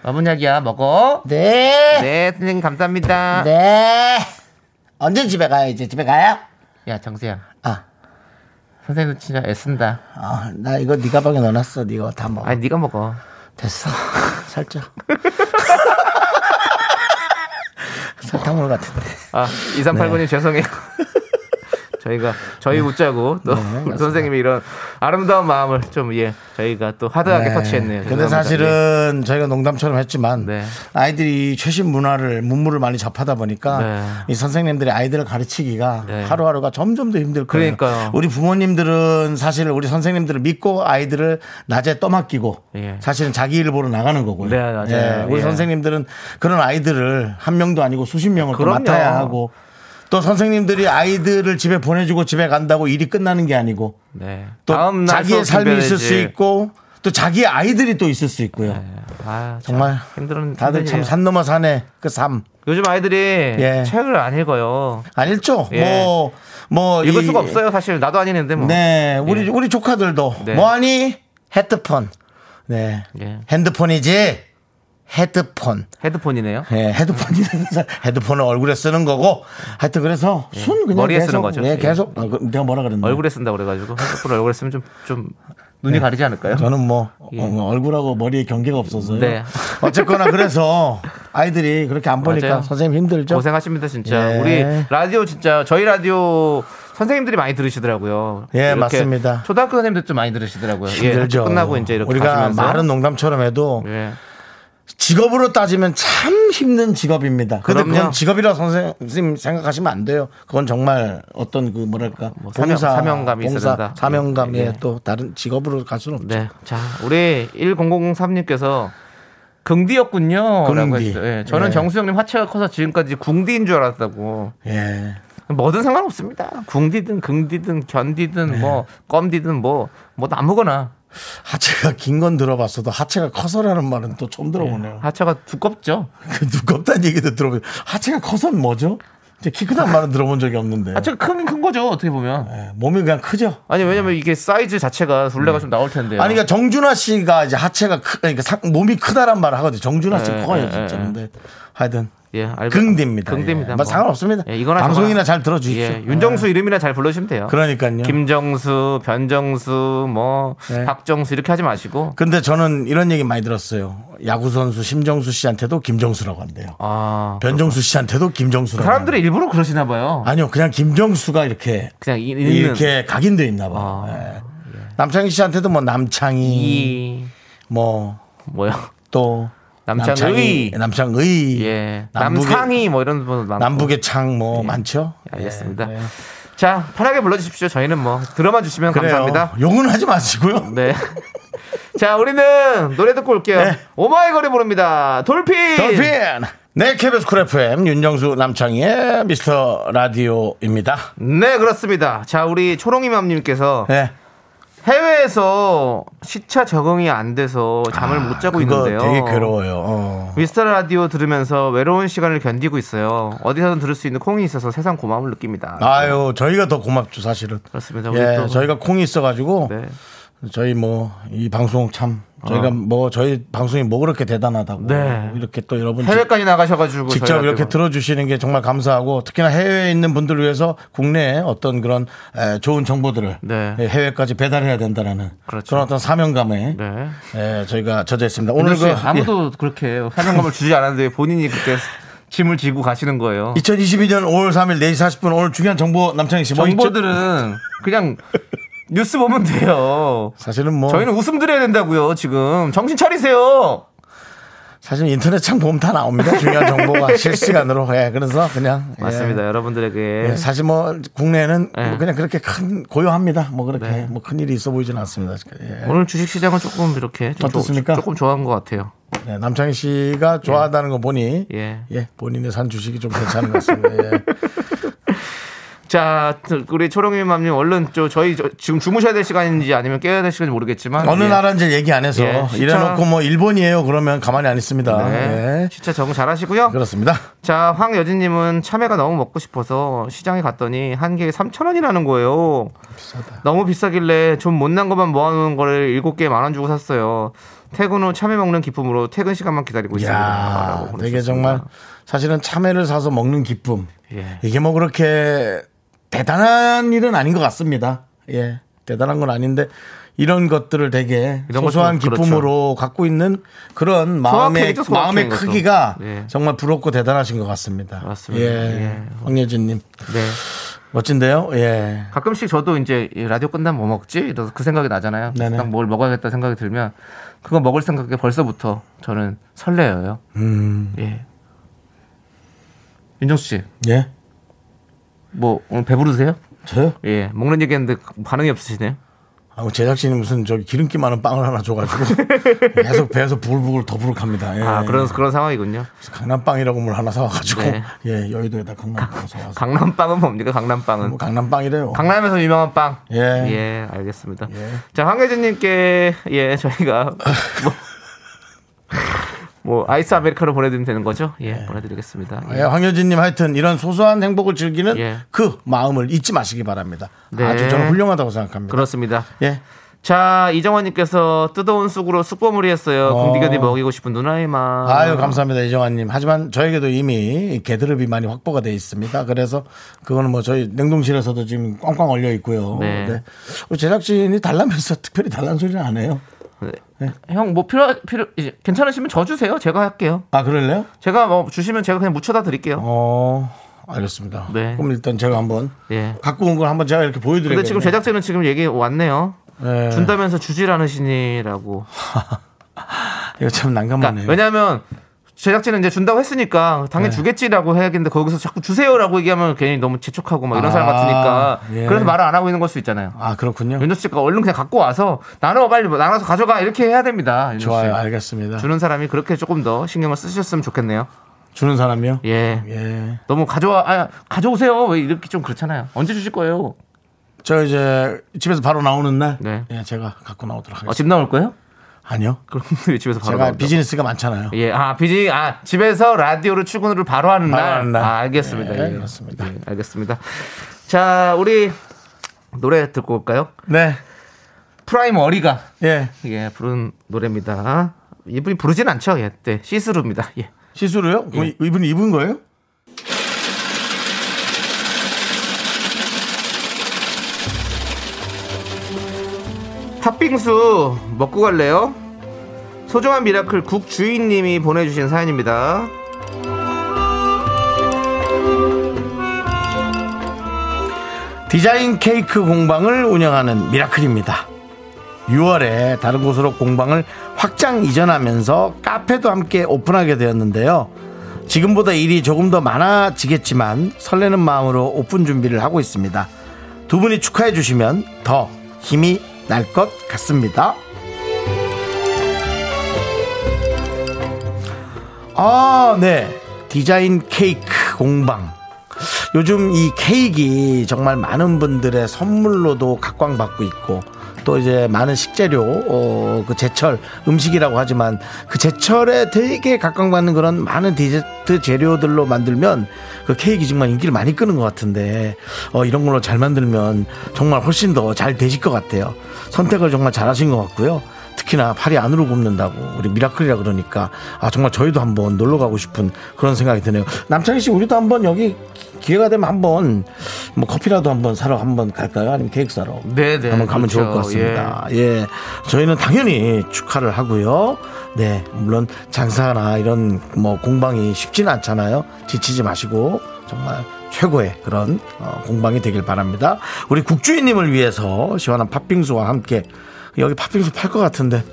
Speaker 2: 마법약이야, 먹어.
Speaker 1: 네.
Speaker 2: 아. 네, 선생님 감사합니다.
Speaker 1: 네. 언제 집에 가요? 이제 집에 가요?
Speaker 2: 야, 정수야.
Speaker 1: 아.
Speaker 2: 선생님도 진짜 애쓴다.
Speaker 1: 아, 나 이거 네 가방에 넣어놨어. 네가 다 먹어.
Speaker 2: 아니, 네가 먹어.
Speaker 1: 됐어. 살짝. 설탕물 같은데.
Speaker 2: 아, 2389님
Speaker 1: 네.
Speaker 2: 죄송해요. 저희가 저희 웃자고
Speaker 1: 네,
Speaker 2: 또 우리 선생님이 이런 아름다운 마음을 좀 예 저희가 또 하드하게
Speaker 1: 네.
Speaker 2: 터치했네요.
Speaker 1: 근데
Speaker 2: 죄송합니다. 예.
Speaker 1: 사실은 저희가 농담처럼 했지만
Speaker 2: 네.
Speaker 1: 아이들이 최신 문화를 문물을 많이 접하다 보니까
Speaker 2: 네.
Speaker 1: 이 선생님들이 아이들을 가르치기가
Speaker 2: 네.
Speaker 1: 하루하루가 점점 더 힘들 거예요.
Speaker 2: 그러니까요.
Speaker 1: 우리 부모님들은 사실 우리 선생님들을 믿고 아이들을 낮에 떠맡기고
Speaker 2: 예.
Speaker 1: 사실은 자기 일 보러 나가는 거고요.
Speaker 2: 네, 맞아요.
Speaker 1: 우리
Speaker 2: 예.
Speaker 1: 선생님들은 그런 아이들을 한 명도 아니고 수십 명을 또
Speaker 2: 그럼요.
Speaker 1: 맡아야 하고 또 선생님들이 아이들을 집에 보내주고 집에 간다고 일이 끝나는 게 아니고
Speaker 2: 네.
Speaker 1: 또
Speaker 2: 다음 날
Speaker 1: 자기의
Speaker 2: 수업
Speaker 1: 삶이
Speaker 2: 준비해야지.
Speaker 1: 있을 수 있고 또 자기의 아이들이 또 있을 수 있고요.
Speaker 2: 네. 아,
Speaker 1: 정말
Speaker 2: 힘들은
Speaker 1: 다들 참 산 넘어 산에 그 삶.
Speaker 2: 요즘 아이들이
Speaker 1: 예.
Speaker 2: 책을 안 읽어요.
Speaker 1: 아닐죠?
Speaker 2: 예.
Speaker 1: 뭐, 뭐.
Speaker 2: 읽을
Speaker 1: 이-
Speaker 2: 수가 없어요. 사실 나도 아니는데 뭐.
Speaker 1: 네. 우리,
Speaker 2: 예.
Speaker 1: 우리 조카들도.
Speaker 2: 네.
Speaker 1: 뭐하니? 헤드폰. 네.
Speaker 2: 예.
Speaker 1: 핸드폰이지? 헤드폰.
Speaker 2: 헤드폰이네요.
Speaker 1: 예, 헤드폰이 헤드폰을 얼굴에 쓰는 거고 하여튼 그래서 순 그냥
Speaker 2: 예. 머리에
Speaker 1: 계속,
Speaker 2: 쓰는 거죠.
Speaker 1: 예,
Speaker 2: 예.
Speaker 1: 계속 아, 그, 내가 뭐라 그랬나?
Speaker 2: 얼굴에 쓴다고 그래가지고 핸드폰 얼굴에 쓰면 좀 좀
Speaker 1: 네.
Speaker 2: 눈이 가리지 않을까요?
Speaker 1: 저는 뭐
Speaker 2: 예.
Speaker 1: 어, 얼굴하고 머리에 경계가 없어서요.
Speaker 2: 네.
Speaker 1: 어쨌거나 그래서 아이들이 그렇게 안 보니까
Speaker 2: 맞아요.
Speaker 1: 선생님 힘들죠.
Speaker 2: 고생하십니다 진짜
Speaker 1: 예.
Speaker 2: 우리 라디오 진짜 저희 라디오 선생님들이 많이 들으시더라고요.
Speaker 1: 예,
Speaker 2: 이렇게
Speaker 1: 맞습니다.
Speaker 2: 초등학교 선생님들도 좀 많이 들으시더라고요. 예,
Speaker 1: 힘들죠.
Speaker 2: 끝나고 이제 이렇게
Speaker 1: 우리가
Speaker 2: 가시면서
Speaker 1: 말은 농담처럼 해도
Speaker 2: 예.
Speaker 1: 직업으로 따지면 참 힘든 직업입니다. 근데
Speaker 2: 그럼요.
Speaker 1: 그냥 직업이라 선생- 선생님 생각하시면 안 돼요. 그건 정말 어떤 그 뭐랄까
Speaker 2: 뭐 사명- 사명감이 있어야 된다.
Speaker 1: 사명감에
Speaker 2: 예.
Speaker 1: 또 다른 직업으로 갈 수는 없죠.
Speaker 2: 네. 자, 우리 1003님께서 긍디였군요. 라고
Speaker 1: 긍디.
Speaker 2: 했어요. 예, 저는
Speaker 1: 예.
Speaker 2: 정수영님 하체가 커서 지금까지 궁디인 줄 알았다고.
Speaker 1: 예.
Speaker 2: 뭐든 상관없습니다. 궁디든 긍디든 견디든
Speaker 1: 예.
Speaker 2: 뭐 껌디든 뭐, 뭐 아무거나.
Speaker 1: 하체가 긴 건 들어봤어도 하체가 커서라는 말은 또 처음 들어보네요.
Speaker 2: 하체가 두껍죠.
Speaker 1: 그 두껍다는 얘기도 들어보요 하체가 커서는 뭐죠? 이제 키 크다는 말은 들어본 적이 없는데.
Speaker 2: 하체가 크긴 큰 거죠. 어떻게 보면.
Speaker 1: 예, 몸이 그냥 크죠.
Speaker 2: 아니 왜냐면 이게 사이즈 자체가 둘레가 좀 나올 텐데요.
Speaker 1: 네. 아니 그러니까 정준하 씨가 이제 하체가 크, 그러니까 상- 몸이 크다란 말을 하거든요. 정준하 씨
Speaker 2: 예,
Speaker 1: 커요
Speaker 2: 예,
Speaker 1: 진짜.
Speaker 2: 예.
Speaker 1: 근데 하여튼
Speaker 2: 예, 알바-
Speaker 1: 긍디입니다.
Speaker 2: 긍디입니다.
Speaker 1: 예. 뭐 상관없습니다.
Speaker 2: 예, 이거나
Speaker 1: 방송이나
Speaker 2: 저거나.
Speaker 1: 잘 들어주십시오. 네.
Speaker 2: 예, 윤정수 이름이나 잘 불러주시면 돼요.
Speaker 1: 그러니까요.
Speaker 2: 김정수, 변정수, 뭐
Speaker 1: 네.
Speaker 2: 박정수 이렇게 하지 마시고.
Speaker 1: 근데 저는 이런 얘기 많이 들었어요. 야구 선수 심정수 씨한테도 김정수라고 한대요.
Speaker 2: 아,
Speaker 1: 변정수 씨한테도 김정수라고.
Speaker 2: 사람들이 일부러 그러시나 봐요.
Speaker 1: 한대요. 아니요, 그냥 김정수가 이렇게
Speaker 2: 그냥 이- 있는
Speaker 1: 이렇게 각인돼 있나 봐.
Speaker 2: 아.
Speaker 1: 예. 남창희 씨한테도 뭐 남창희
Speaker 2: 이
Speaker 1: 뭐또
Speaker 2: 뭐야?
Speaker 1: 남창희
Speaker 2: 남창의.
Speaker 1: 남창의
Speaker 2: 예,
Speaker 1: 남북의-
Speaker 2: 남상이 뭐 이런 분 많고.
Speaker 1: 남북의 창 뭐 많죠.
Speaker 2: 알겠습니다.
Speaker 1: 예, 네.
Speaker 2: 자, 편하게 불러주십시오. 저희는 뭐 들어만 주시면 감사합니다.
Speaker 1: 욕은 하지 마시고요.
Speaker 2: 네. 자, 우리는 노래 듣고 올게요.
Speaker 1: 네.
Speaker 2: 오마이걸이 부릅니다. 돌핀.
Speaker 1: 덜핀. 네, KBS 쿨 FM 윤정수 남창희의 미스터 라디오입니다.
Speaker 2: 네, 그렇습니다. 자, 우리 초롱이맘님께서
Speaker 1: 네.
Speaker 2: 해외에서 시차 적응이 안 돼서 잠을 못 자고
Speaker 1: 아, 그거
Speaker 2: 있는데요.
Speaker 1: 되게 괴로워요. 어.
Speaker 2: 미스터 라디오 들으면서 외로운 시간을 견디고 있어요. 어디서든 들을 수 있는 콩이 있어서 세상 고마움을 느낍니다.
Speaker 1: 아유, 저희가 더 고맙죠, 사실은.
Speaker 2: 그렇습니다. 우리
Speaker 1: 예,
Speaker 2: 또-
Speaker 1: 저희가 콩이 있어가지고
Speaker 2: 네.
Speaker 1: 저희 뭐 이 방송 참 저희가 뭐 저희 방송이 뭐 그렇게 대단하다고
Speaker 2: 어. 네.
Speaker 1: 이렇게 또 여러분
Speaker 2: 해외까지 나가셔가지고
Speaker 1: 직접
Speaker 2: 저희한테
Speaker 1: 이렇게 들어주시는 게 정말 감사하고 특히나 해외에 있는 분들을 위해서 국내에 어떤 그런 에, 좋은 정보들을
Speaker 2: 네.
Speaker 1: 예, 해외까지 배달해야 된다라는 그
Speaker 2: 그렇죠.
Speaker 1: 런 어떤 사명감에
Speaker 2: 네.
Speaker 1: 예, 저희가 젖어있습니다.
Speaker 2: 오늘
Speaker 1: 오늘 그
Speaker 2: 아무도 그렇게 사명감을 주지 않았는데 본인이 그렇게 짐을 지고 가시는 거예요.
Speaker 1: 2022년 5월 3일 4시 40분 오늘 중요한 정보 남창희 씨 뭐 있죠?
Speaker 2: 정보들은 그냥 뉴스 보면 돼요.
Speaker 1: 사실은 뭐
Speaker 2: 저희는 웃음 드려야 된다고요. 지금 정신 차리세요.
Speaker 1: 사실 인터넷 창 보면 다 나옵니다. 중요한 정보가 실시간으로 예, 그래서 그냥 예.
Speaker 2: 맞습니다. 여러분들에게
Speaker 1: 예, 사실 뭐 국내는
Speaker 2: 예.
Speaker 1: 뭐 그냥 그렇게 큰 고요합니다. 뭐 그렇게 뭐큰 일이 있어 보이지는 않습니다. 예.
Speaker 2: 오늘 주식 시장은 조금 이렇게 좀 조-
Speaker 1: 어떻습니까?
Speaker 2: 조금 좋아한 것 같아요.
Speaker 1: 네, 남창희 씨가 좋아한다는 거 보니 예.
Speaker 2: 예.
Speaker 1: 본인의 산 주식이 좀 괜찮은 것 같습니다. 예.
Speaker 2: 자, 우리 초롱이맘님 얼른 저 저희 저- 지금 주무셔야 될 시간인지 아니면 깨야 될 시간인지 모르겠지만
Speaker 1: 어느
Speaker 2: 예.
Speaker 1: 나라인지 얘기 안 해서
Speaker 2: 예, 진짜.
Speaker 1: 이래놓고 뭐 일본이에요 그러면 가만히 안 있습니다.
Speaker 2: 네.
Speaker 1: 예.
Speaker 2: 진짜 적응 잘하시고요.
Speaker 1: 그렇습니다.
Speaker 2: 자, 황여진님은 참외가 너무 먹고 싶어서 시장에 갔더니 한 개에 3,000원이라는 거예요.
Speaker 1: 비싸다.
Speaker 2: 너무 비싸길래 좀 못난 것만 모아놓은 거를 일곱 개에 만 원 주고 샀어요. 퇴근 후 참외 먹는 기쁨으로 퇴근 시간만 기다리고 있습니다.
Speaker 1: 야,
Speaker 2: 라고
Speaker 1: 되게
Speaker 2: 보내주셨습니다.
Speaker 1: 정말 사실은 참외를 사서 먹는 기쁨.
Speaker 2: 예.
Speaker 1: 이게 뭐 그렇게 대단한 일은 아닌 것 같습니다. 예, 대단한 건 아닌데 이런 것들을 되게
Speaker 2: 이런
Speaker 1: 소소한
Speaker 2: 것도 그렇죠.
Speaker 1: 기쁨으로 갖고 있는 그런 마음의
Speaker 2: 소확행이죠, 소확행
Speaker 1: 마음의
Speaker 2: 이것도.
Speaker 1: 크기가
Speaker 2: 예.
Speaker 1: 정말 부럽고 대단하신 것 같습니다.
Speaker 2: 맞습니다.
Speaker 1: 예,
Speaker 2: 예.
Speaker 1: 황예진님
Speaker 2: 네.
Speaker 1: 멋진데요. 예,
Speaker 2: 가끔씩 저도 이제 이 라디오 끝나면 뭐 먹지? 이래서 그 생각이 나잖아요.
Speaker 1: 네네.
Speaker 2: 딱 뭘 먹어야겠다 생각이 들면 그거 먹을 생각에 벌써부터 저는 설레어요.
Speaker 1: 음.
Speaker 2: 예. 윤정수 씨,
Speaker 1: 예,
Speaker 2: 뭐 오늘 배부르세요?
Speaker 1: 저요?
Speaker 2: 예. 먹는 얘기했는데 반응이 없으시네요.
Speaker 1: 아, 제작진이 무슨 저기 기름기 많은 빵을 하나 줘가지고 계속 배에서 부글부글 더부룩합니다. 예.
Speaker 2: 아, 그런 그런 상황이군요.
Speaker 1: 강남빵이라고 뭘 하나 사와가지고
Speaker 2: 네.
Speaker 1: 예 여의도에다 강남빵 사와서
Speaker 2: 강남빵은 뭡니까? 강남빵은.
Speaker 1: 뭐 강남빵이래요.
Speaker 2: 강남에서 유명한 빵.
Speaker 1: 예.
Speaker 2: 예, 알겠습니다. 자, 황혜진님께, 예, 저희가, 뭐, 뭐, 아이스 아메리카노 보내드리면 되는 거죠? 예, 보내드리겠습니다. 예.
Speaker 1: 예, 황효진님 하여튼 이런 소소한 행복을 즐기는
Speaker 2: 예.
Speaker 1: 그 마음을 잊지 마시기 바랍니다.
Speaker 2: 네.
Speaker 1: 아주 저는 훌륭하다고 생각합니다.
Speaker 2: 그렇습니다.
Speaker 1: 예.
Speaker 2: 자, 이정환님께서 뜨거운 쑥으로 쑥버무리 했어요.
Speaker 1: 어.
Speaker 2: 긍디견디 먹이고 싶은 누나의 마.
Speaker 1: 아유 감사합니다 이정환님. 하지만 저에게도 이미 개드럽이 많이 확보가 돼 있습니다. 그래서 그거는 뭐 저희 냉동실에서도 지금 꽝꽝 얼려 있고요.
Speaker 2: 네.
Speaker 1: 우리 제작진이 달라면서 특별히 달라는 소리는 안 해요.
Speaker 2: 네.
Speaker 1: 예.
Speaker 2: 형, 뭐 필요, 필요, 이제 괜찮으시면 저 주세요. 제가 할게요.
Speaker 1: 아 그럴래요?
Speaker 2: 제가 뭐 주시면 제가 그냥 묻혀다 드릴게요.
Speaker 1: 어 알겠습니다.
Speaker 2: 네.
Speaker 1: 그럼 일단 제가 한번
Speaker 2: 예.
Speaker 1: 갖고 온 걸 한번 제가 이렇게 보여드려요.
Speaker 2: 근데 지금 제작진은 지금 얘기 왔네요.
Speaker 1: 예.
Speaker 2: 준다면서 주질 않으시니라고.
Speaker 1: 이거 참
Speaker 2: 그러니까
Speaker 1: 난감하네요.
Speaker 2: 왜냐하면 제작진은 이제 준다고 했으니까 당연히
Speaker 1: 네.
Speaker 2: 주겠지라고 해야겠는데 거기서 자꾸 주세요라고 얘기하면 괜히 너무 재촉하고 막 이런 사람
Speaker 1: 아,
Speaker 2: 같으니까
Speaker 1: 예.
Speaker 2: 그래서 말을 안 하고 있는 걸 수 있잖아요.
Speaker 1: 아 그렇군요.
Speaker 2: 윤정 씨가 얼른 그냥 갖고 와서 나눠 빨리 뭐 나눠서 가져가 이렇게 해야 됩니다. 윤정 씨.
Speaker 1: 좋아요, 알겠습니다.
Speaker 2: 주는 사람이 그렇게 조금 더 신경을 쓰셨으면 좋겠네요.
Speaker 1: 주는 사람이요?
Speaker 2: 예.
Speaker 1: 예.
Speaker 2: 너무 가져와 아, 가져오세요. 왜 이렇게 좀 그렇잖아요. 언제 주실 거예요?
Speaker 1: 저 이제 집에서 바로 나오는 날,
Speaker 2: 네.
Speaker 1: 예, 제가 갖고 나오도록 하겠습니다.
Speaker 2: 어, 집 나올 거예요?
Speaker 1: 아니요,
Speaker 2: 그럼 왜 집에서 바로
Speaker 1: 제가
Speaker 2: 나온다고?
Speaker 1: 비즈니스가 많잖아요.
Speaker 2: 예, 아 비지 아 집에서 라디오를 출근을 바로 하는
Speaker 1: 바로
Speaker 2: 날.
Speaker 1: 하는 날.
Speaker 2: 아, 알겠습니다.
Speaker 1: 예, 그렇습니다.
Speaker 2: 예, 알겠습니다. 자, 우리 노래 듣고 올까요?
Speaker 1: 네,
Speaker 2: 프라임 어리가
Speaker 1: 예,
Speaker 2: 예 부른 노래입니다. 이분이 부르진 않죠? 예, 네, 시스루입니다. 예.
Speaker 1: 시술을요? 그럼 이분 입은 거예요?
Speaker 2: 팥빙수 먹고 갈래요? 소중한 미라클 국 주인님이 보내주신 사연입니다.
Speaker 1: 디자인 케이크 공방을 운영하는 미라클입니다. 6월에 다른 곳으로 공방을 확장 이전하면서 카페도 함께 오픈하게 되었는데요. 지금보다 일이 조금 더 많아지겠지만 설레는 마음으로 오픈 준비를 하고 있습니다. 두 분이 축하해 주시면 더 힘이 날 것 같습니다. 아, 네. 디자인 케이크 공방. 요즘 이 케이크 정말 많은 분들의 선물로도 각광받고 있고 또 이제 많은 식재료 어, 그 제철 음식이라고 하지만 그 제철에 되게 각광받는 그런 많은 디저트 재료들로 만들면 그 케이크 정말 인기를 많이 끄는 것 같은데 어, 이런 걸로 잘 만들면 정말 훨씬 더 잘 되실 것 같아요 선택을 정말 잘하신 것 같고요 특히나 팔이 안으로 굽는다고 우리 미라클이라 그러니까 아 정말 저희도 한번 놀러 가고 싶은 그런 생각이 드네요. 남창희 씨 우리도 한번 여기 기- 기회가 되면 한번 뭐 커피라도 한번 사러 한번 갈까요? 아니면 케이크 사러?
Speaker 2: 네, 네,
Speaker 1: 한번 가면 좋을 것
Speaker 2: 그렇죠.
Speaker 1: 같습니다. 예. 저희는 당연히 축하를 하고요. 네, 물론 장사나 이런 뭐 공방이 쉽지는 않잖아요. 지치지 마시고 정말 최고의 그런 어, 공방이 되길 바랍니다. 우리 국주인님을 위해서 시원한 팥빙수와 함께 여기 팥빙수 팔 것 같은데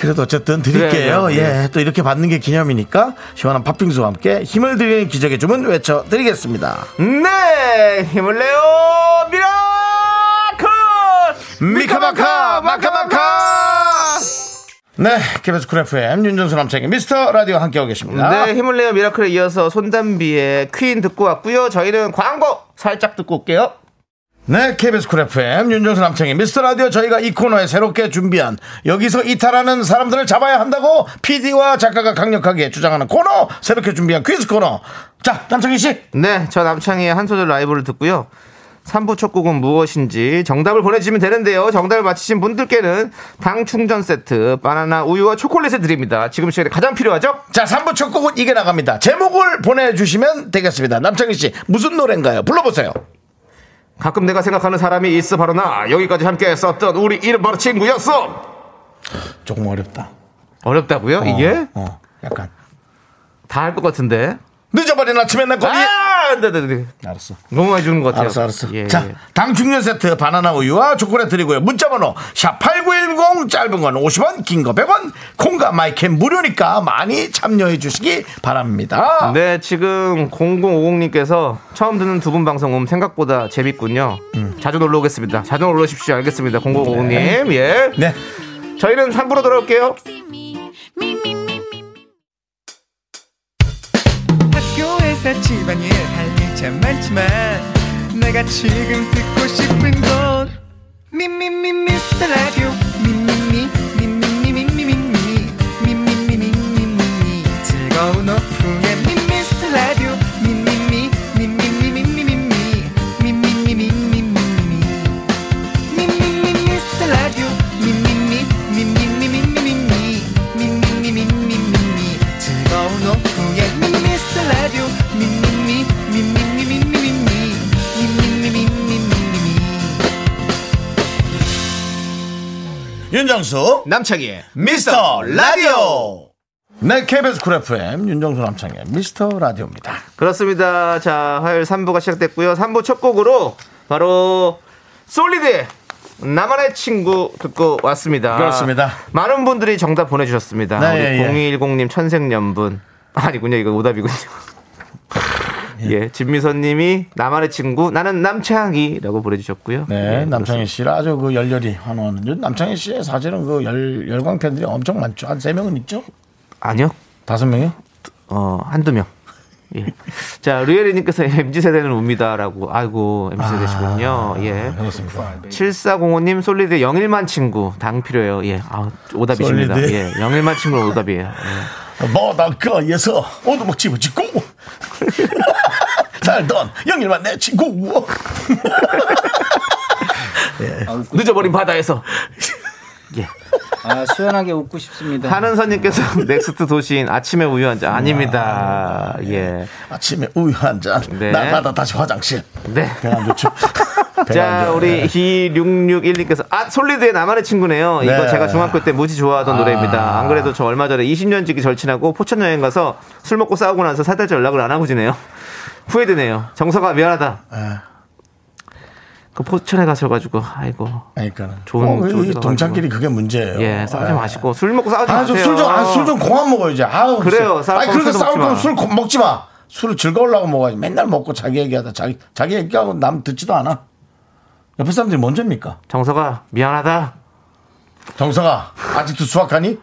Speaker 1: 그래도 어쨌든 드릴게요.
Speaker 2: 그래요,
Speaker 1: 예,
Speaker 2: 네.
Speaker 1: 또 이렇게 받는 게 기념이니까 시원한 팥빙수와 함께 힘을 드리는 기적의 주문 외쳐드리겠습니다.
Speaker 2: 네, 힘을 내요, 미라클.
Speaker 1: 미카마카 마카마카. 네, KBS 쿨 FM 윤정수 남창희 미스터 라디오 함께하고 계십니다.
Speaker 2: 네, 힘을 내요 미라클에 이어서 손담비의 퀸 듣고 왔고요. 저희는 광고 살짝 듣고 올게요.
Speaker 1: 네, KBS 쿨 FM 윤정수 남창희 미스터 라디오 저희가 이 코너에 새롭게 준비한 여기서 이탈하는 사람들을 잡아야 한다고 PD와 작가가 강력하게 주장하는 코너 새롭게 준비한 퀴즈 코너. 자, 남창희 씨.
Speaker 2: 네, 저 남창희의 한 소절 라이브를 듣고요. 3부 첫 곡은 무엇인지 정답을 보내주시면 되는데요. 정답을 맞히신 분들께는 당 충전 세트, 바나나 우유와 초콜릿을 드립니다. 지금 시간에 가장 필요하죠?
Speaker 1: 자, 3부 첫 곡은 이게 나갑니다. 제목을 보내주시면 되겠습니다. 남창희 씨, 무슨 노래인가요? 불러보세요.
Speaker 2: 가끔 내가 생각하는 사람이 있어 바로 나 여기까지 함께 썼던 우리 이름 바로 친구였어.
Speaker 1: 조금 어렵다.
Speaker 2: 어렵다고요? 이게
Speaker 1: 어, 어, 약간.
Speaker 2: 다 할 것 같은데.
Speaker 1: 늦어버린 아침에 난 거기.
Speaker 2: 아, 네, 네, 네.
Speaker 1: 알았어.
Speaker 2: 너무 많이 주는 것 같아요.
Speaker 1: 알았어, 알았어.
Speaker 2: 예,
Speaker 1: 자,
Speaker 2: 예.
Speaker 1: 당 중년 세트 바나나 우유와 초콜릿 드리고요. 문자 번호 샵8910 짧은 건 50원, 긴 거 100원. 콩과 마이캠 무료니까 많이 참여해 주시기 바랍니다.
Speaker 2: 네, 지금 0050님께서 처음 듣는 두 분 방송 음 생각보다 재밌군요. 자주 놀러 오겠습니다. 자주 놀러 오십시오. 알겠습니다. 0050님. 예.
Speaker 1: 음. 네.
Speaker 2: 저희는 3부로 돌아올게요.
Speaker 5: 학교에서 집안일 할 일 참 많지만 내가 지금 듣고 싶은 건 미미미 미스터 라디오 미미미 미미미 미미미 미미미 미미미 미미미 즐거운 오후에 미스터 라디오 미미미 미미미 미미미 미미미 미미미 미미미
Speaker 1: 윤정수.
Speaker 2: 남창희의
Speaker 1: 미스터 라디오. 네, KBS 쿨 FM 윤정수 남창의 미스터 라디오입니다.
Speaker 2: 그렇습니다. 자, 화요일 3부가 시작됐고요. 3부 첫 곡으로 바로 솔리드의 나만의 친구 듣고 왔습니다.
Speaker 1: 그렇습니다.
Speaker 2: 많은 분들이 정답 보내주셨습니다.
Speaker 1: 네,
Speaker 2: 우리
Speaker 1: 예,
Speaker 2: 0210님 천생연분 아니군요. 이거 오답이군요. 예, 진미선님이 나만의 친구 나는 남창이라고 보내주셨고요.
Speaker 1: 네,
Speaker 2: 예,
Speaker 1: 남창희 씨를 아주 그 열렬히 환호하는. 요즘 남창희 씨의 사실은 그 열, 열광 팬들이 엄청 많죠. 한 세 명은 있죠?
Speaker 2: 아니요.
Speaker 1: 다섯 명이요?
Speaker 2: 어, 한두 명. 예. 자, 류예리님께서 MZ세대는 웁니다라고. 아이고, MZ세대시군요. 예.
Speaker 1: 그렇습니다.
Speaker 2: 7405님, 솔리드 영일만 친구. 당 필요해요. 예. 아, 오답이십니다.
Speaker 1: 솔리드.
Speaker 2: 예. 영일만 친구는 오답이에요. 예.
Speaker 1: 뭐, 바닷가에서 오두막 집어짓고 살던 영일만 내 친구.
Speaker 2: 늦어버린 바다에서. 예.
Speaker 6: 아, 시원하게 웃고 싶습니다.
Speaker 2: 한은선님께서 넥스트 도시인 아침에 우유 한 잔. 아닙니다. 예.
Speaker 1: 아침에 우유 한 잔.
Speaker 2: 네.
Speaker 1: 날마다 다시 화장실.
Speaker 2: 네.
Speaker 1: 배가 안 좋죠. 배가 안
Speaker 2: 자,
Speaker 1: 좋아요. 예.
Speaker 2: 우리 2661님께서 아, 솔리드의 나만의 친구네요. 이거
Speaker 1: 네.
Speaker 2: 제가 중학교 때 무지 좋아하던 노래입니다. 안 그래도 저 얼마 전에 20년 지기 절친하고 포천 여행 가서 술 먹고 싸우고 나서 사달째 연락을 안 하고 지내요. 후회되네요. 정서가 미안하다.
Speaker 1: 예.
Speaker 2: 그 포천에 가셔가지고 아이고
Speaker 1: 그러니까
Speaker 2: 좋은
Speaker 1: 어, 이
Speaker 2: 쪽이라
Speaker 1: 동창끼리 그게 문제예요.
Speaker 2: 예 싸우지 마시고 술 먹고 싸우지
Speaker 1: 아,
Speaker 2: 마세요.
Speaker 1: 좀 술 좀, 아, 술좀 공안 먹어야지. 아우,
Speaker 2: 그래요.
Speaker 1: 진짜.
Speaker 2: 싸울
Speaker 1: 아니,
Speaker 2: 거면
Speaker 1: 그렇게
Speaker 2: 술도
Speaker 1: 싸울
Speaker 2: 먹지
Speaker 1: 거면
Speaker 2: 마.
Speaker 1: 술 고- 먹지 마. 술을 즐거우려고 먹어야지. 맨날 먹고 자기 얘기하다. 자기, 자기 얘기하고 남 듣지도 않아. 옆에 사람들이 뭔죄입니까?
Speaker 2: 정서가 미안하다.
Speaker 1: 정서가 아직도 수학하니?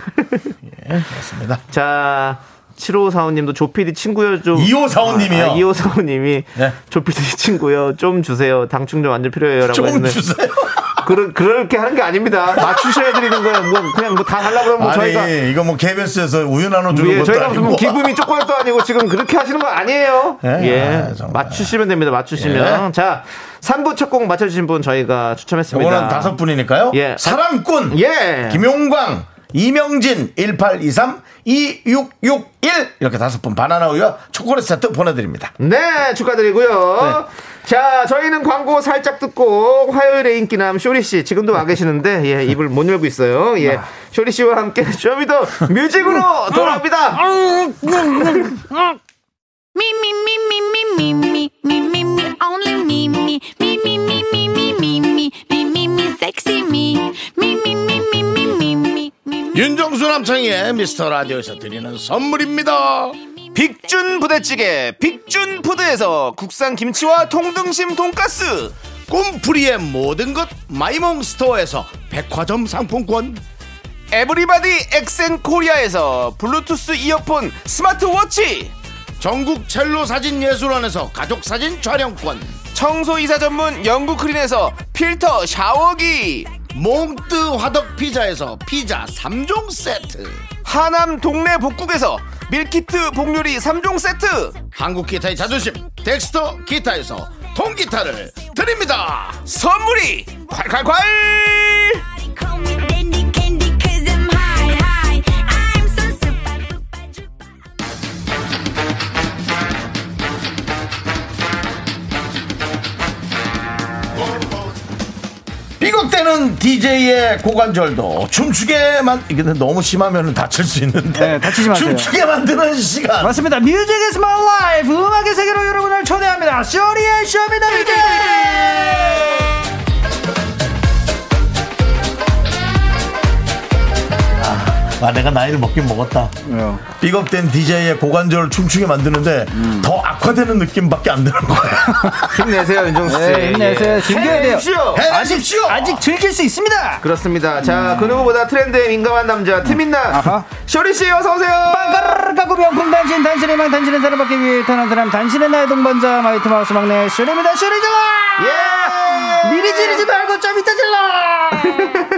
Speaker 1: 예, 그렇습니다.
Speaker 2: 자. 7545님도 조피디 친구요 좀
Speaker 1: 2545 님이요?
Speaker 2: 아, 2545님이
Speaker 1: 네.
Speaker 2: 조피디 친구요 좀 주세요 당충 좀 완전 필요해요라고
Speaker 1: 좀
Speaker 2: 했는데
Speaker 1: 주세요.
Speaker 2: 그런 그렇게 하는 게 아닙니다. 맞추셔야 드리는 거예요. 뭐 그냥 뭐 다 하려고 그러면
Speaker 1: 아니,
Speaker 2: 저희가
Speaker 1: 이거 뭐 KBS에서 우유 나눠주는
Speaker 2: 예,
Speaker 1: 것도
Speaker 2: 저희가
Speaker 1: 아니고.
Speaker 2: 무슨 기분이 조건도 아니고 지금 그렇게 하시는 거 아니에요.
Speaker 1: 예,
Speaker 2: 예.
Speaker 1: 아, 정말. 예.
Speaker 2: 맞추시면 됩니다. 맞추시면. 자, 3부 첫 곡 맞춰 주신 분 저희가 추첨했습니다.
Speaker 1: 이거는 다섯 분이니까요.
Speaker 2: 예.
Speaker 1: 사람꾼.
Speaker 2: 예.
Speaker 1: 김용광, 이명진, 1823, 2661. 이렇게 다섯 분 바나나 우유와 초콜릿 세트 보내드립니다.
Speaker 2: 네, 축하드리고요.
Speaker 6: 네.
Speaker 2: 자, 저희는 광고 살짝 듣고 화요일에 인기남 쇼리 씨 지금도 와 계시는데 예, 입을 못 열고 있어요.
Speaker 6: 아.
Speaker 2: 예. 쇼리 씨와 함께 쇼미더 뮤직으로 돌아옵니다.
Speaker 3: Me, me, me, me, me, me, me, me, me, me, only me, me, me, me, me, me, me, me, me, me, me, me, sexy me, me, me, me, me, me, me, me, me, me.
Speaker 1: 윤정수 남창희의 미스터 라디오에서 드리는 선물입니다.
Speaker 2: 빅준 부대찌개 빅준 푸드에서 국산 김치와 통등심 돈가스
Speaker 1: 꿈풀이의 모든 것 마이몽 스토어에서 백화점 상품권.
Speaker 2: 에브리바디 엑센 코리아에서 블루투스 이어폰 스마트워치
Speaker 1: 전국 첼로 사진 예술원에서 가족 사진 촬영권.
Speaker 2: 청소이사 전문 영국 크린에서 필터 샤워기
Speaker 1: 몽뜨 화덕 피자에서 피자 3종 세트.
Speaker 2: 하남 동네 복국에서 밀키트 복요리 3종 세트
Speaker 1: 한국 기타의 자존심 덱스터 기타에서 통기타를 드립니다.
Speaker 2: 선물이 콸콸콸
Speaker 3: They call me Dandy Candy 'cause I'm high, high. I'm so super duper duper.
Speaker 1: 비극되는 DJ의 고관절도 춤추게만 이게 너무 심하면 다칠 수 있는데
Speaker 6: 네, 다치지 마세요.
Speaker 1: 춤추게 만드는 시간
Speaker 6: 맞습니다. 뮤직 is my life. 음악의 세계로 여러분을 초대합니다. 쇼리의 쇼미더 뮤직.
Speaker 1: 아 내가 나이를 먹긴 먹었다
Speaker 6: 왜요?
Speaker 1: 비겁된 DJ의 고관절을 춤추게 만드는데
Speaker 6: 음.
Speaker 1: 더 악화되는 느낌밖에 안 드는 거야
Speaker 2: 힘내세요 윤정수 예.
Speaker 6: 네, 힘내세요. 즐겨야 돼요. 네.
Speaker 1: 해내십시오
Speaker 6: 아직 즐길 수 있습니다.
Speaker 2: 그렇습니다. 자, 그 누구보다 트렌드에 민감한 남자, 트민나.
Speaker 6: 아하.
Speaker 2: 쇼리 씨, 어서 오세요.
Speaker 6: 빵가르르 가고 명품 단신 단신의 망 단신의 사랑받기 위해 태어난 사람 단신의 나의 동반자 마이트 마우스 막내 쇼리입니다. 쇼리 질러.
Speaker 2: 예!
Speaker 6: 미리 지르지 말고 좀 이따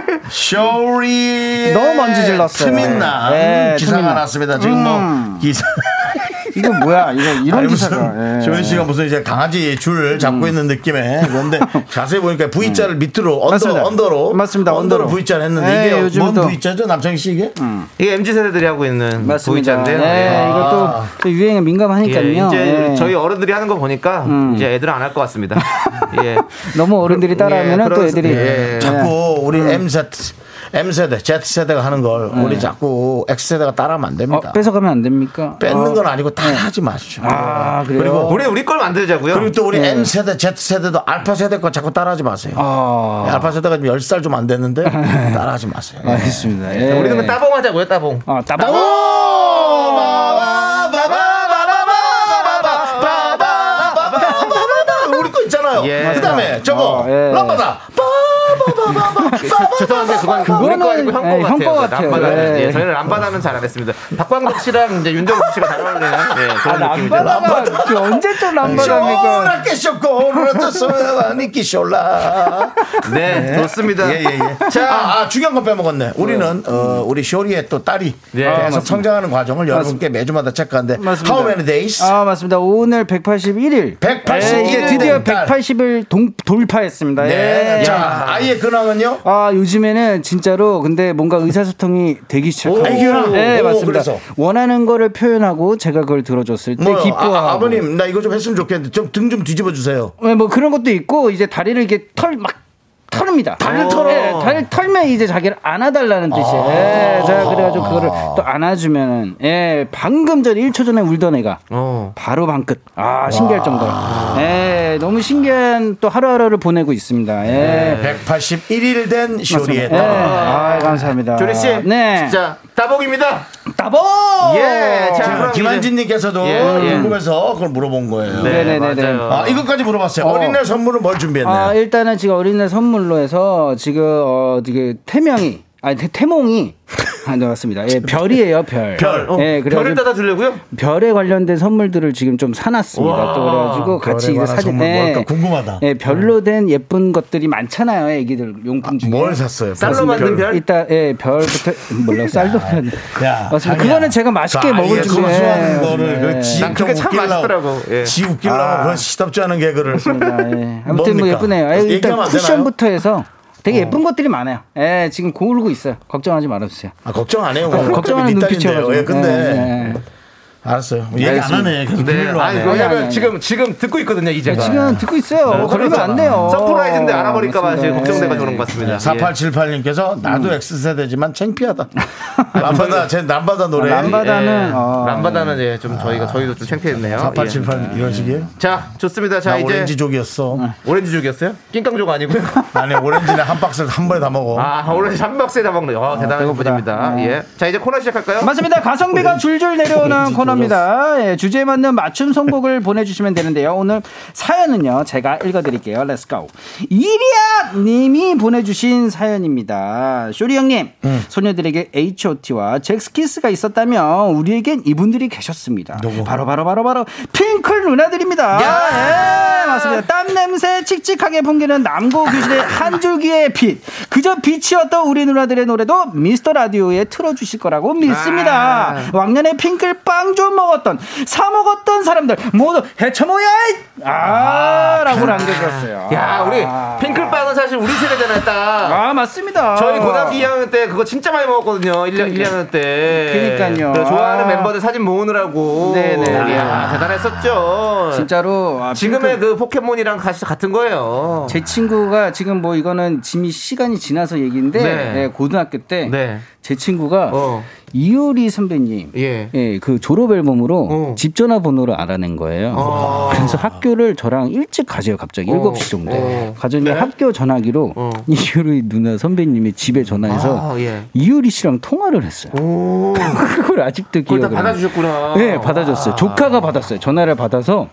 Speaker 6: 질러.
Speaker 1: 쇼리
Speaker 6: 너무 먼지 질렀어요.
Speaker 1: 트민남
Speaker 6: 네,
Speaker 1: 기사가
Speaker 6: 트민남.
Speaker 1: 났습니다 지금 뭐 기사
Speaker 6: 이거 뭐야? 이거 이런
Speaker 1: 아니,
Speaker 6: 기사가.
Speaker 1: 무슨
Speaker 6: 예. 음.
Speaker 1: 조현 씨가 무슨 이제 강아지 줄 잡고 있는 느낌의 그런데 자세히 보니까 V자를 밑으로 언더
Speaker 6: 맞습니다.
Speaker 1: 언더로
Speaker 6: 맞습니다.
Speaker 1: 언더로
Speaker 6: 언더로.
Speaker 1: V자를
Speaker 6: 네,
Speaker 1: 했는데 이게
Speaker 6: 요즘
Speaker 1: 뭔
Speaker 6: 또- 음.
Speaker 1: V자죠 남창희 씨 이게
Speaker 2: 이게 MZ 세대들이 하고 있는
Speaker 6: 맞습니다.
Speaker 2: 보이자인데요.
Speaker 6: 네,
Speaker 2: 예.
Speaker 6: 이것도 또 유행에
Speaker 2: 예,
Speaker 6: 민감하니까요. 음.
Speaker 2: 이제
Speaker 6: 예.
Speaker 2: 저희 어른들이 하는 거 보니까 이제 애들은 안 할 것 같습니다. 예.
Speaker 6: 너무 어른들이 따라하면
Speaker 2: 예,
Speaker 6: 은또
Speaker 2: 그런-
Speaker 6: 애들이
Speaker 2: 예.
Speaker 6: 예.
Speaker 1: 자꾸 우리 MZ M세대, Z세대가 하는 걸 우리 자꾸 X세대가 따라하면 안
Speaker 6: 어,
Speaker 1: 됩니다.
Speaker 6: 뺏어가면 안 됩니까?
Speaker 1: 뺏는
Speaker 6: 어.
Speaker 1: 건 아니고 따라하지 마시죠.
Speaker 6: 아, 그래요? 예.
Speaker 1: 그리고
Speaker 2: 우리 우리 걸 만들자고요.
Speaker 1: 그리고 또 우리 M세대, Z세대도 알파세대 거 자꾸 따라하지 마세요.
Speaker 6: 아,
Speaker 1: 알파세대가 지금 10살 좀 안 됐는데 따라하지 마세요.
Speaker 6: 알겠습니다. 예.
Speaker 2: 우리는 그 따봉하자고요, 따봉.
Speaker 6: 아, 따봉.
Speaker 1: 우리 거 있잖아요.
Speaker 2: 예.
Speaker 1: 그다음에 저거
Speaker 6: 어, 예.
Speaker 1: 람바다. 빠바바바바.
Speaker 2: 죄송한데 그건 우리
Speaker 6: 그거는-
Speaker 2: 거 아니고 형
Speaker 6: 예,
Speaker 2: 거 같아요.
Speaker 6: 형거 같아요.
Speaker 2: 람바다는.
Speaker 6: 예.
Speaker 2: 예, 저희는 람바다는 잘 안 했습니다. 박광덕 씨랑 이제 윤정수 씨가 잘 어울리는 예, 그런 느낌이죠.
Speaker 6: 람바다가 아, 이게 언제 또 람바다입니까?
Speaker 1: 쇼라게 쇼고 루라트 소야니키 쇼라.
Speaker 2: 네, 좋습니다.
Speaker 1: 예, 예, 예.
Speaker 2: 자,
Speaker 1: 아, 아, 중요한 건 빼먹었네. 우리는 어, 우리 쇼리의 또 딸이
Speaker 2: 예. 아,
Speaker 1: 계속
Speaker 2: 맞습니다.
Speaker 1: 성장하는 과정을 여러분께 매주마다 체크하는데
Speaker 6: 맞습니다.
Speaker 1: How many days?
Speaker 6: 아 맞습니다. 오늘 181일.
Speaker 1: 181일
Speaker 6: 예, 이제
Speaker 1: 된
Speaker 6: 드디어
Speaker 1: 달.
Speaker 6: 180일 동, 돌파했습니다.
Speaker 1: 네.
Speaker 6: 예.
Speaker 1: 자, 아이의 근황은요?
Speaker 6: 아 요즘에는 진짜로 근데 뭔가 의사소통이 되기 시작하고.
Speaker 1: 애교야?
Speaker 6: 네
Speaker 1: 오,
Speaker 6: 맞습니다.
Speaker 1: 그래서?
Speaker 6: 원하는 거를 표현하고 제가 그걸 들어줬을
Speaker 2: 네,
Speaker 6: 때
Speaker 1: 뭐요?
Speaker 6: 기뻐하고.
Speaker 1: 아, 아버님, 나 이거 좀 했으면 좋겠는데 좀 등 좀 뒤집어 주세요.
Speaker 6: 네, 뭐 그런 것도 있고 이제 다리를 이렇게 털 막 털입니다. 네,
Speaker 1: 다리를 털어?
Speaker 6: 다리 털면 이제 자기를 안아달라는 뜻이에요. 예, 제가 그래가지고 그거를 또 안아주면은 예 방금 전 1초 전에 울던 애가
Speaker 2: 어.
Speaker 6: 바로 방끝. 아 신기할 정도로. 예, 너무 신기한 또 하루하루를 보내고 있습니다.
Speaker 2: 네.
Speaker 6: 예.
Speaker 1: 181일 된 쇼리의
Speaker 6: 예.
Speaker 1: 딸.
Speaker 6: 아 감사합니다.
Speaker 2: 조리 씨,
Speaker 6: 네.
Speaker 2: 진짜 네. 따봉입니다.
Speaker 6: 따봉.
Speaker 2: 예, 자, 그럼
Speaker 1: 김한진님께서도
Speaker 2: 예, 예.
Speaker 1: 궁금해서 그걸 물어본 거예요.
Speaker 2: 이제-
Speaker 6: 네, 네, 네, 네.
Speaker 2: 맞아요. 네.
Speaker 1: 아, 이것까지 물어봤어요.
Speaker 6: 어.
Speaker 1: 어. 린이 선물은 뭘 준비했나요?
Speaker 6: 아, 일단은 지금 어린이날 선물로 해서 지금 어 되게 태명이 아니 태, 태몽이 안 나왔습니다. 예, 별이에요, 별.
Speaker 1: 별. 어,
Speaker 6: 예, 그래서
Speaker 2: 별을 따다 주려고요?
Speaker 6: 별에 관련된 선물들을 지금 좀 사놨습니다.
Speaker 2: 우와.
Speaker 6: 또 그래가지고 같이
Speaker 1: 별에
Speaker 6: 이제
Speaker 1: 관한
Speaker 6: 사진.
Speaker 1: 선물 뭘까? 궁금하다.
Speaker 6: 예, 별로 된 예쁜 것들이 많잖아요, 애기들 용품 중에.
Speaker 1: 뭘 샀어요?
Speaker 2: 쌀로
Speaker 1: 무슨
Speaker 2: 만든 별?
Speaker 6: 일단 예, 별부터 몰라 쌀도
Speaker 1: 야,
Speaker 6: 맞습니다.
Speaker 1: 자기야.
Speaker 6: 그거는 제가 맛있게
Speaker 1: 그
Speaker 6: 먹을
Speaker 1: 아이의
Speaker 6: 준비.
Speaker 1: 소소한 거를
Speaker 6: 예.
Speaker 1: 그 지,
Speaker 2: 난 그게
Speaker 1: 좀
Speaker 2: 참
Speaker 1: 웃기려고.
Speaker 2: 맛있더라고. 예.
Speaker 1: 지 웃기려고 그런 시답지 않은 개그를.
Speaker 6: 아, 예. 아무튼
Speaker 1: 뭡니까?
Speaker 6: 뭐 예쁘네요. 아, 일단
Speaker 1: 얘기하면 안 어.
Speaker 6: 쿠션부터 해서 되게 예쁜 것들이 많아요. 예, 지금 고르고 있어요. 걱정하지 말아주세요.
Speaker 1: 아, 걱정 안 해요.
Speaker 6: 어, 걱정하는
Speaker 1: 네
Speaker 6: 눈빛이어가지고.
Speaker 1: 딸인데요. 예, 근데.
Speaker 6: 예, 예.
Speaker 1: 알았어요. 얘기 안 하네. 계속
Speaker 2: 네,
Speaker 1: 비밀로
Speaker 2: 아니
Speaker 1: 하네.
Speaker 6: 아니, 아니,
Speaker 2: 왜냐면
Speaker 6: 아니.
Speaker 2: 지금 지금 듣고 있거든요, 이 제가.
Speaker 6: 지금 듣고
Speaker 1: 네,
Speaker 6: 있어요. 그러면 안 돼요.
Speaker 2: 서프라이즈인데 알아버릴까봐 지금
Speaker 6: 맞습니다.
Speaker 2: 걱정돼가지고
Speaker 6: 예.
Speaker 2: 그런 것 같습니다.
Speaker 1: 네,
Speaker 2: 예. 음.
Speaker 1: 4878님께서 나도 X세대지만 창피하다. 남바다, 제 남바다 노래.
Speaker 6: 람바다는
Speaker 2: 예.
Speaker 6: 아,
Speaker 2: 람바다는 예, 좀 저희가 저희도 좀 창피했네요.
Speaker 1: 4878 이런 식이에요?
Speaker 2: 예. 자, 좋습니다. 자,
Speaker 1: 나
Speaker 2: 이제 아.
Speaker 1: 오렌지족이었어.
Speaker 2: 오렌지족이었어요? 낑깡족 아니고요.
Speaker 1: 아니, 오렌지는 한 박스를 한 번에 다 먹어.
Speaker 2: 아, 오렌지 한 박스에 다 먹네요. 아, 대단한
Speaker 6: 배고프다. 음.
Speaker 2: 분입니다. 예. 자, 이제 코너 시작할까요?
Speaker 6: 맞습니다. 가성비가 줄줄 내려오는 코너입니다. 예, 주제에 맞는 맞춤 선곡을 보내주시면 되는데요. 오늘 사연은요, 제가 읽어드릴게요. Let's go. 이리아 님이 보내주신 사연입니다. 쇼리 형님, 소녀들에게 H.O.T.와 잭스키스가 있었다면 우리에겐 이분들이 계셨습니다. 바로, 바로, 바로, 바로, 핑클 누나들입니다. 예, 맞습니다. 땀 냄새 칙칙하게 풍기는 남고 교실의 한 줄기의 빛. 그저 빛이었던 우리 누나들의 노래도 미스터 라디오에 틀어주실 거라고 믿습니다.
Speaker 2: 아.
Speaker 6: 왕년에 핑클 빵 좀 먹었던, 사 먹었던 사람들 모두 해쳐모야! 아, 라고 남겨주셨어요.
Speaker 2: 야, 우리 핑클빵은 사실 우리 세대잖아요, 딱.
Speaker 6: 아, 맞습니다.
Speaker 2: 저희 고등학교 2학년 때 그거 진짜 많이 먹었거든요. 1년, 1학년 때.
Speaker 6: 그러니까. 그니까요.
Speaker 2: 그래서 좋아하는
Speaker 6: 아.
Speaker 2: 멤버들 사진 모으느라고. 아,
Speaker 6: 네네. 아.
Speaker 2: 이야, 대단했었죠.
Speaker 6: 진짜로. 아,
Speaker 2: 지금의 그 포켓몬이랑 같이 같은 거예요.
Speaker 6: 제 친구가 지금 뭐 이거는 지미 시간이 지나서 얘기인데
Speaker 2: 네.
Speaker 6: 예, 고등학교 때
Speaker 2: 네.
Speaker 6: 제 친구가
Speaker 2: 어.
Speaker 6: 이효리 선배님
Speaker 2: 예.
Speaker 6: 예, 그 졸업 앨범으로
Speaker 2: 어.
Speaker 6: 집 전화번호를 알아낸 거예요. 그래서 학교를 저랑 일찍 가세요 갑자기 일곱 시 정도에
Speaker 2: 어.
Speaker 6: 가전에 학교 전화기로
Speaker 2: 어.
Speaker 6: 이효리 누나 선배님이 집에 전화해서
Speaker 2: 아, 예.
Speaker 6: 이효리 씨랑 통화를 했어요.
Speaker 2: 오.
Speaker 6: 그걸 아직도 기억을
Speaker 2: 그걸 다
Speaker 6: 해요.
Speaker 2: 받아주셨구나.
Speaker 6: 네, 받아줬어요. 조카가 받았어요. 전화를 받아서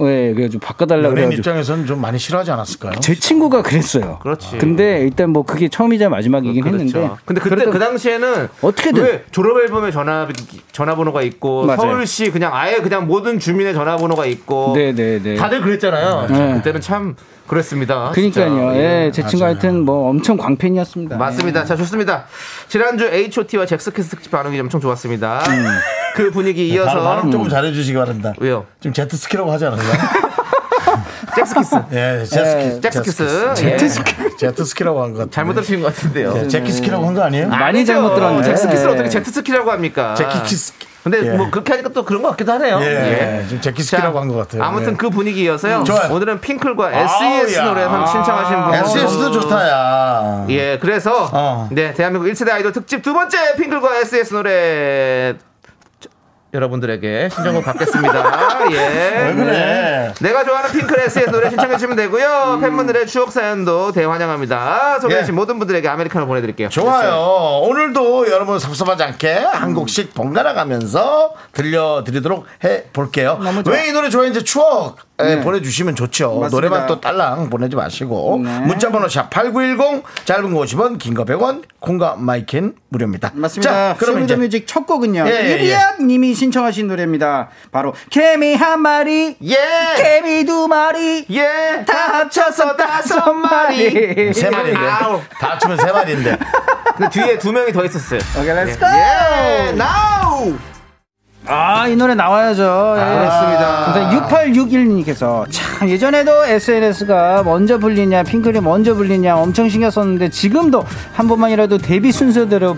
Speaker 6: 예, 그래가지고 바꿔달라고
Speaker 1: 연예인
Speaker 6: 그래가지고
Speaker 1: 입장에서는 좀 많이 싫어하지 않았을까요?
Speaker 6: 제 친구가 그랬어요.
Speaker 2: 그렇지. 그렇죠.
Speaker 6: 근데 일단 뭐 그게 처음이자 마지막이긴 했는데.
Speaker 2: 근데 그때
Speaker 6: 그래도
Speaker 2: 그 당시에는
Speaker 6: 어떻게든.
Speaker 2: 왜 졸업 앨범에 전화 전화번호가 있고
Speaker 6: 맞아요.
Speaker 2: 서울시 그냥 아예 그냥 모든 주민의 전화번호가 있고
Speaker 6: 네네네.
Speaker 2: 다들 그랬잖아요.
Speaker 6: 네.
Speaker 2: 그때는 참 그랬습니다. 진짜.
Speaker 6: 그러니까요. 예, 제 친구 하여튼 뭐 엄청 광팬이었습니다.
Speaker 2: 맞습니다. 자, 좋습니다. 지난주 H.O.T와 잭스키스 특집 반응이 엄청 좋았습니다.
Speaker 6: 음.
Speaker 2: 그
Speaker 6: 네,
Speaker 2: 분위기 이어서
Speaker 1: 발음 조금 잘해주시기 바랍니다.
Speaker 2: 왜요?
Speaker 1: 지금 제트스키라고 하지 않았나요?
Speaker 2: 잭스키스.
Speaker 1: 예, 제트스키.
Speaker 2: 잭스키스. 예.
Speaker 1: 제트스키. 제트스키라고 한 것 같아요.
Speaker 2: 잘못 들으신 것 같은데요.
Speaker 1: 제키스키라고 한 거 아니에요?
Speaker 6: 네. 예. 많이
Speaker 2: 아니죠.
Speaker 6: 잘못 예. 들었네.
Speaker 2: 잭스키스를 어떻게 제트스키라고 합니까?
Speaker 1: 제키키스키.
Speaker 2: 근데
Speaker 1: 예.
Speaker 2: 뭐 그렇게 하니까 또 그런 것 같기도 하네요.
Speaker 1: 예, 지금 제키스키라고 한것 같아요.
Speaker 2: 아무튼
Speaker 1: 예.
Speaker 2: 그 분위기여서요.
Speaker 1: 좋아요.
Speaker 2: 오늘은 핑클과
Speaker 1: 아우,
Speaker 2: SES
Speaker 1: 야.
Speaker 2: 노래 한번 신청하신 분.
Speaker 1: SS도 좋다, 야.
Speaker 2: 어. 예, 그래서
Speaker 1: 어.
Speaker 2: 네 대한민국 1세대 아이돌 특집 두 번째 핑클과 SES 노래 저- 여러분들에게 신청곡 받겠습니다. 예.
Speaker 1: 왜 그래?
Speaker 2: 내가 좋아하는 핑클 SES 노래 신청해 주시면 되고요. 팬분들의 추억 사연도 대환영합니다.
Speaker 1: 음.
Speaker 2: 소개해주신
Speaker 1: 예.
Speaker 2: 모든 분들에게 아메리카노 보내드릴게요.
Speaker 1: 좋아요. 오늘도 여러분 섭섭하지 않게 한 곡씩 번갈아 가면서 들려드리도록 해 볼게요. 왜 이 노래 좋아했는지 추억
Speaker 6: 네.
Speaker 1: 예, 보내주시면 좋죠. 노래만 또 딸랑 보내지 마시고
Speaker 6: 네.
Speaker 1: 문자번호 샵 #8910 짧은 거 50원, 긴 거 100원, 콩과 마이켄 무료입니다.
Speaker 6: 맞습니다.
Speaker 1: 자,
Speaker 6: 쇼미더
Speaker 1: 그러면 이제
Speaker 6: 뮤직 첫 곡은요.
Speaker 1: 예, 예,
Speaker 6: 이리아 님이 신청하신 노래입니다. 바로 개미 한 마리,
Speaker 2: 예.
Speaker 6: 개미 두 마리,
Speaker 2: 예.
Speaker 6: 다 합쳐서 다섯 마리.
Speaker 1: 세 마리인데
Speaker 2: 아우.
Speaker 1: 다 합치면 세 마리인데
Speaker 2: 근데 뒤에 두 명이 더 있었어요.
Speaker 6: 오케이, 렛츠 고!
Speaker 2: 예. 나우.
Speaker 6: 아, 이 노래 나와야죠. 예.
Speaker 2: 아, 그렇습니다.
Speaker 6: 6861님께서 참 예전에도 SNS가 먼저 불리냐 핑클이 먼저 불리냐 엄청 신경 썼는데 지금도 한 번만이라도 데뷔 순서대로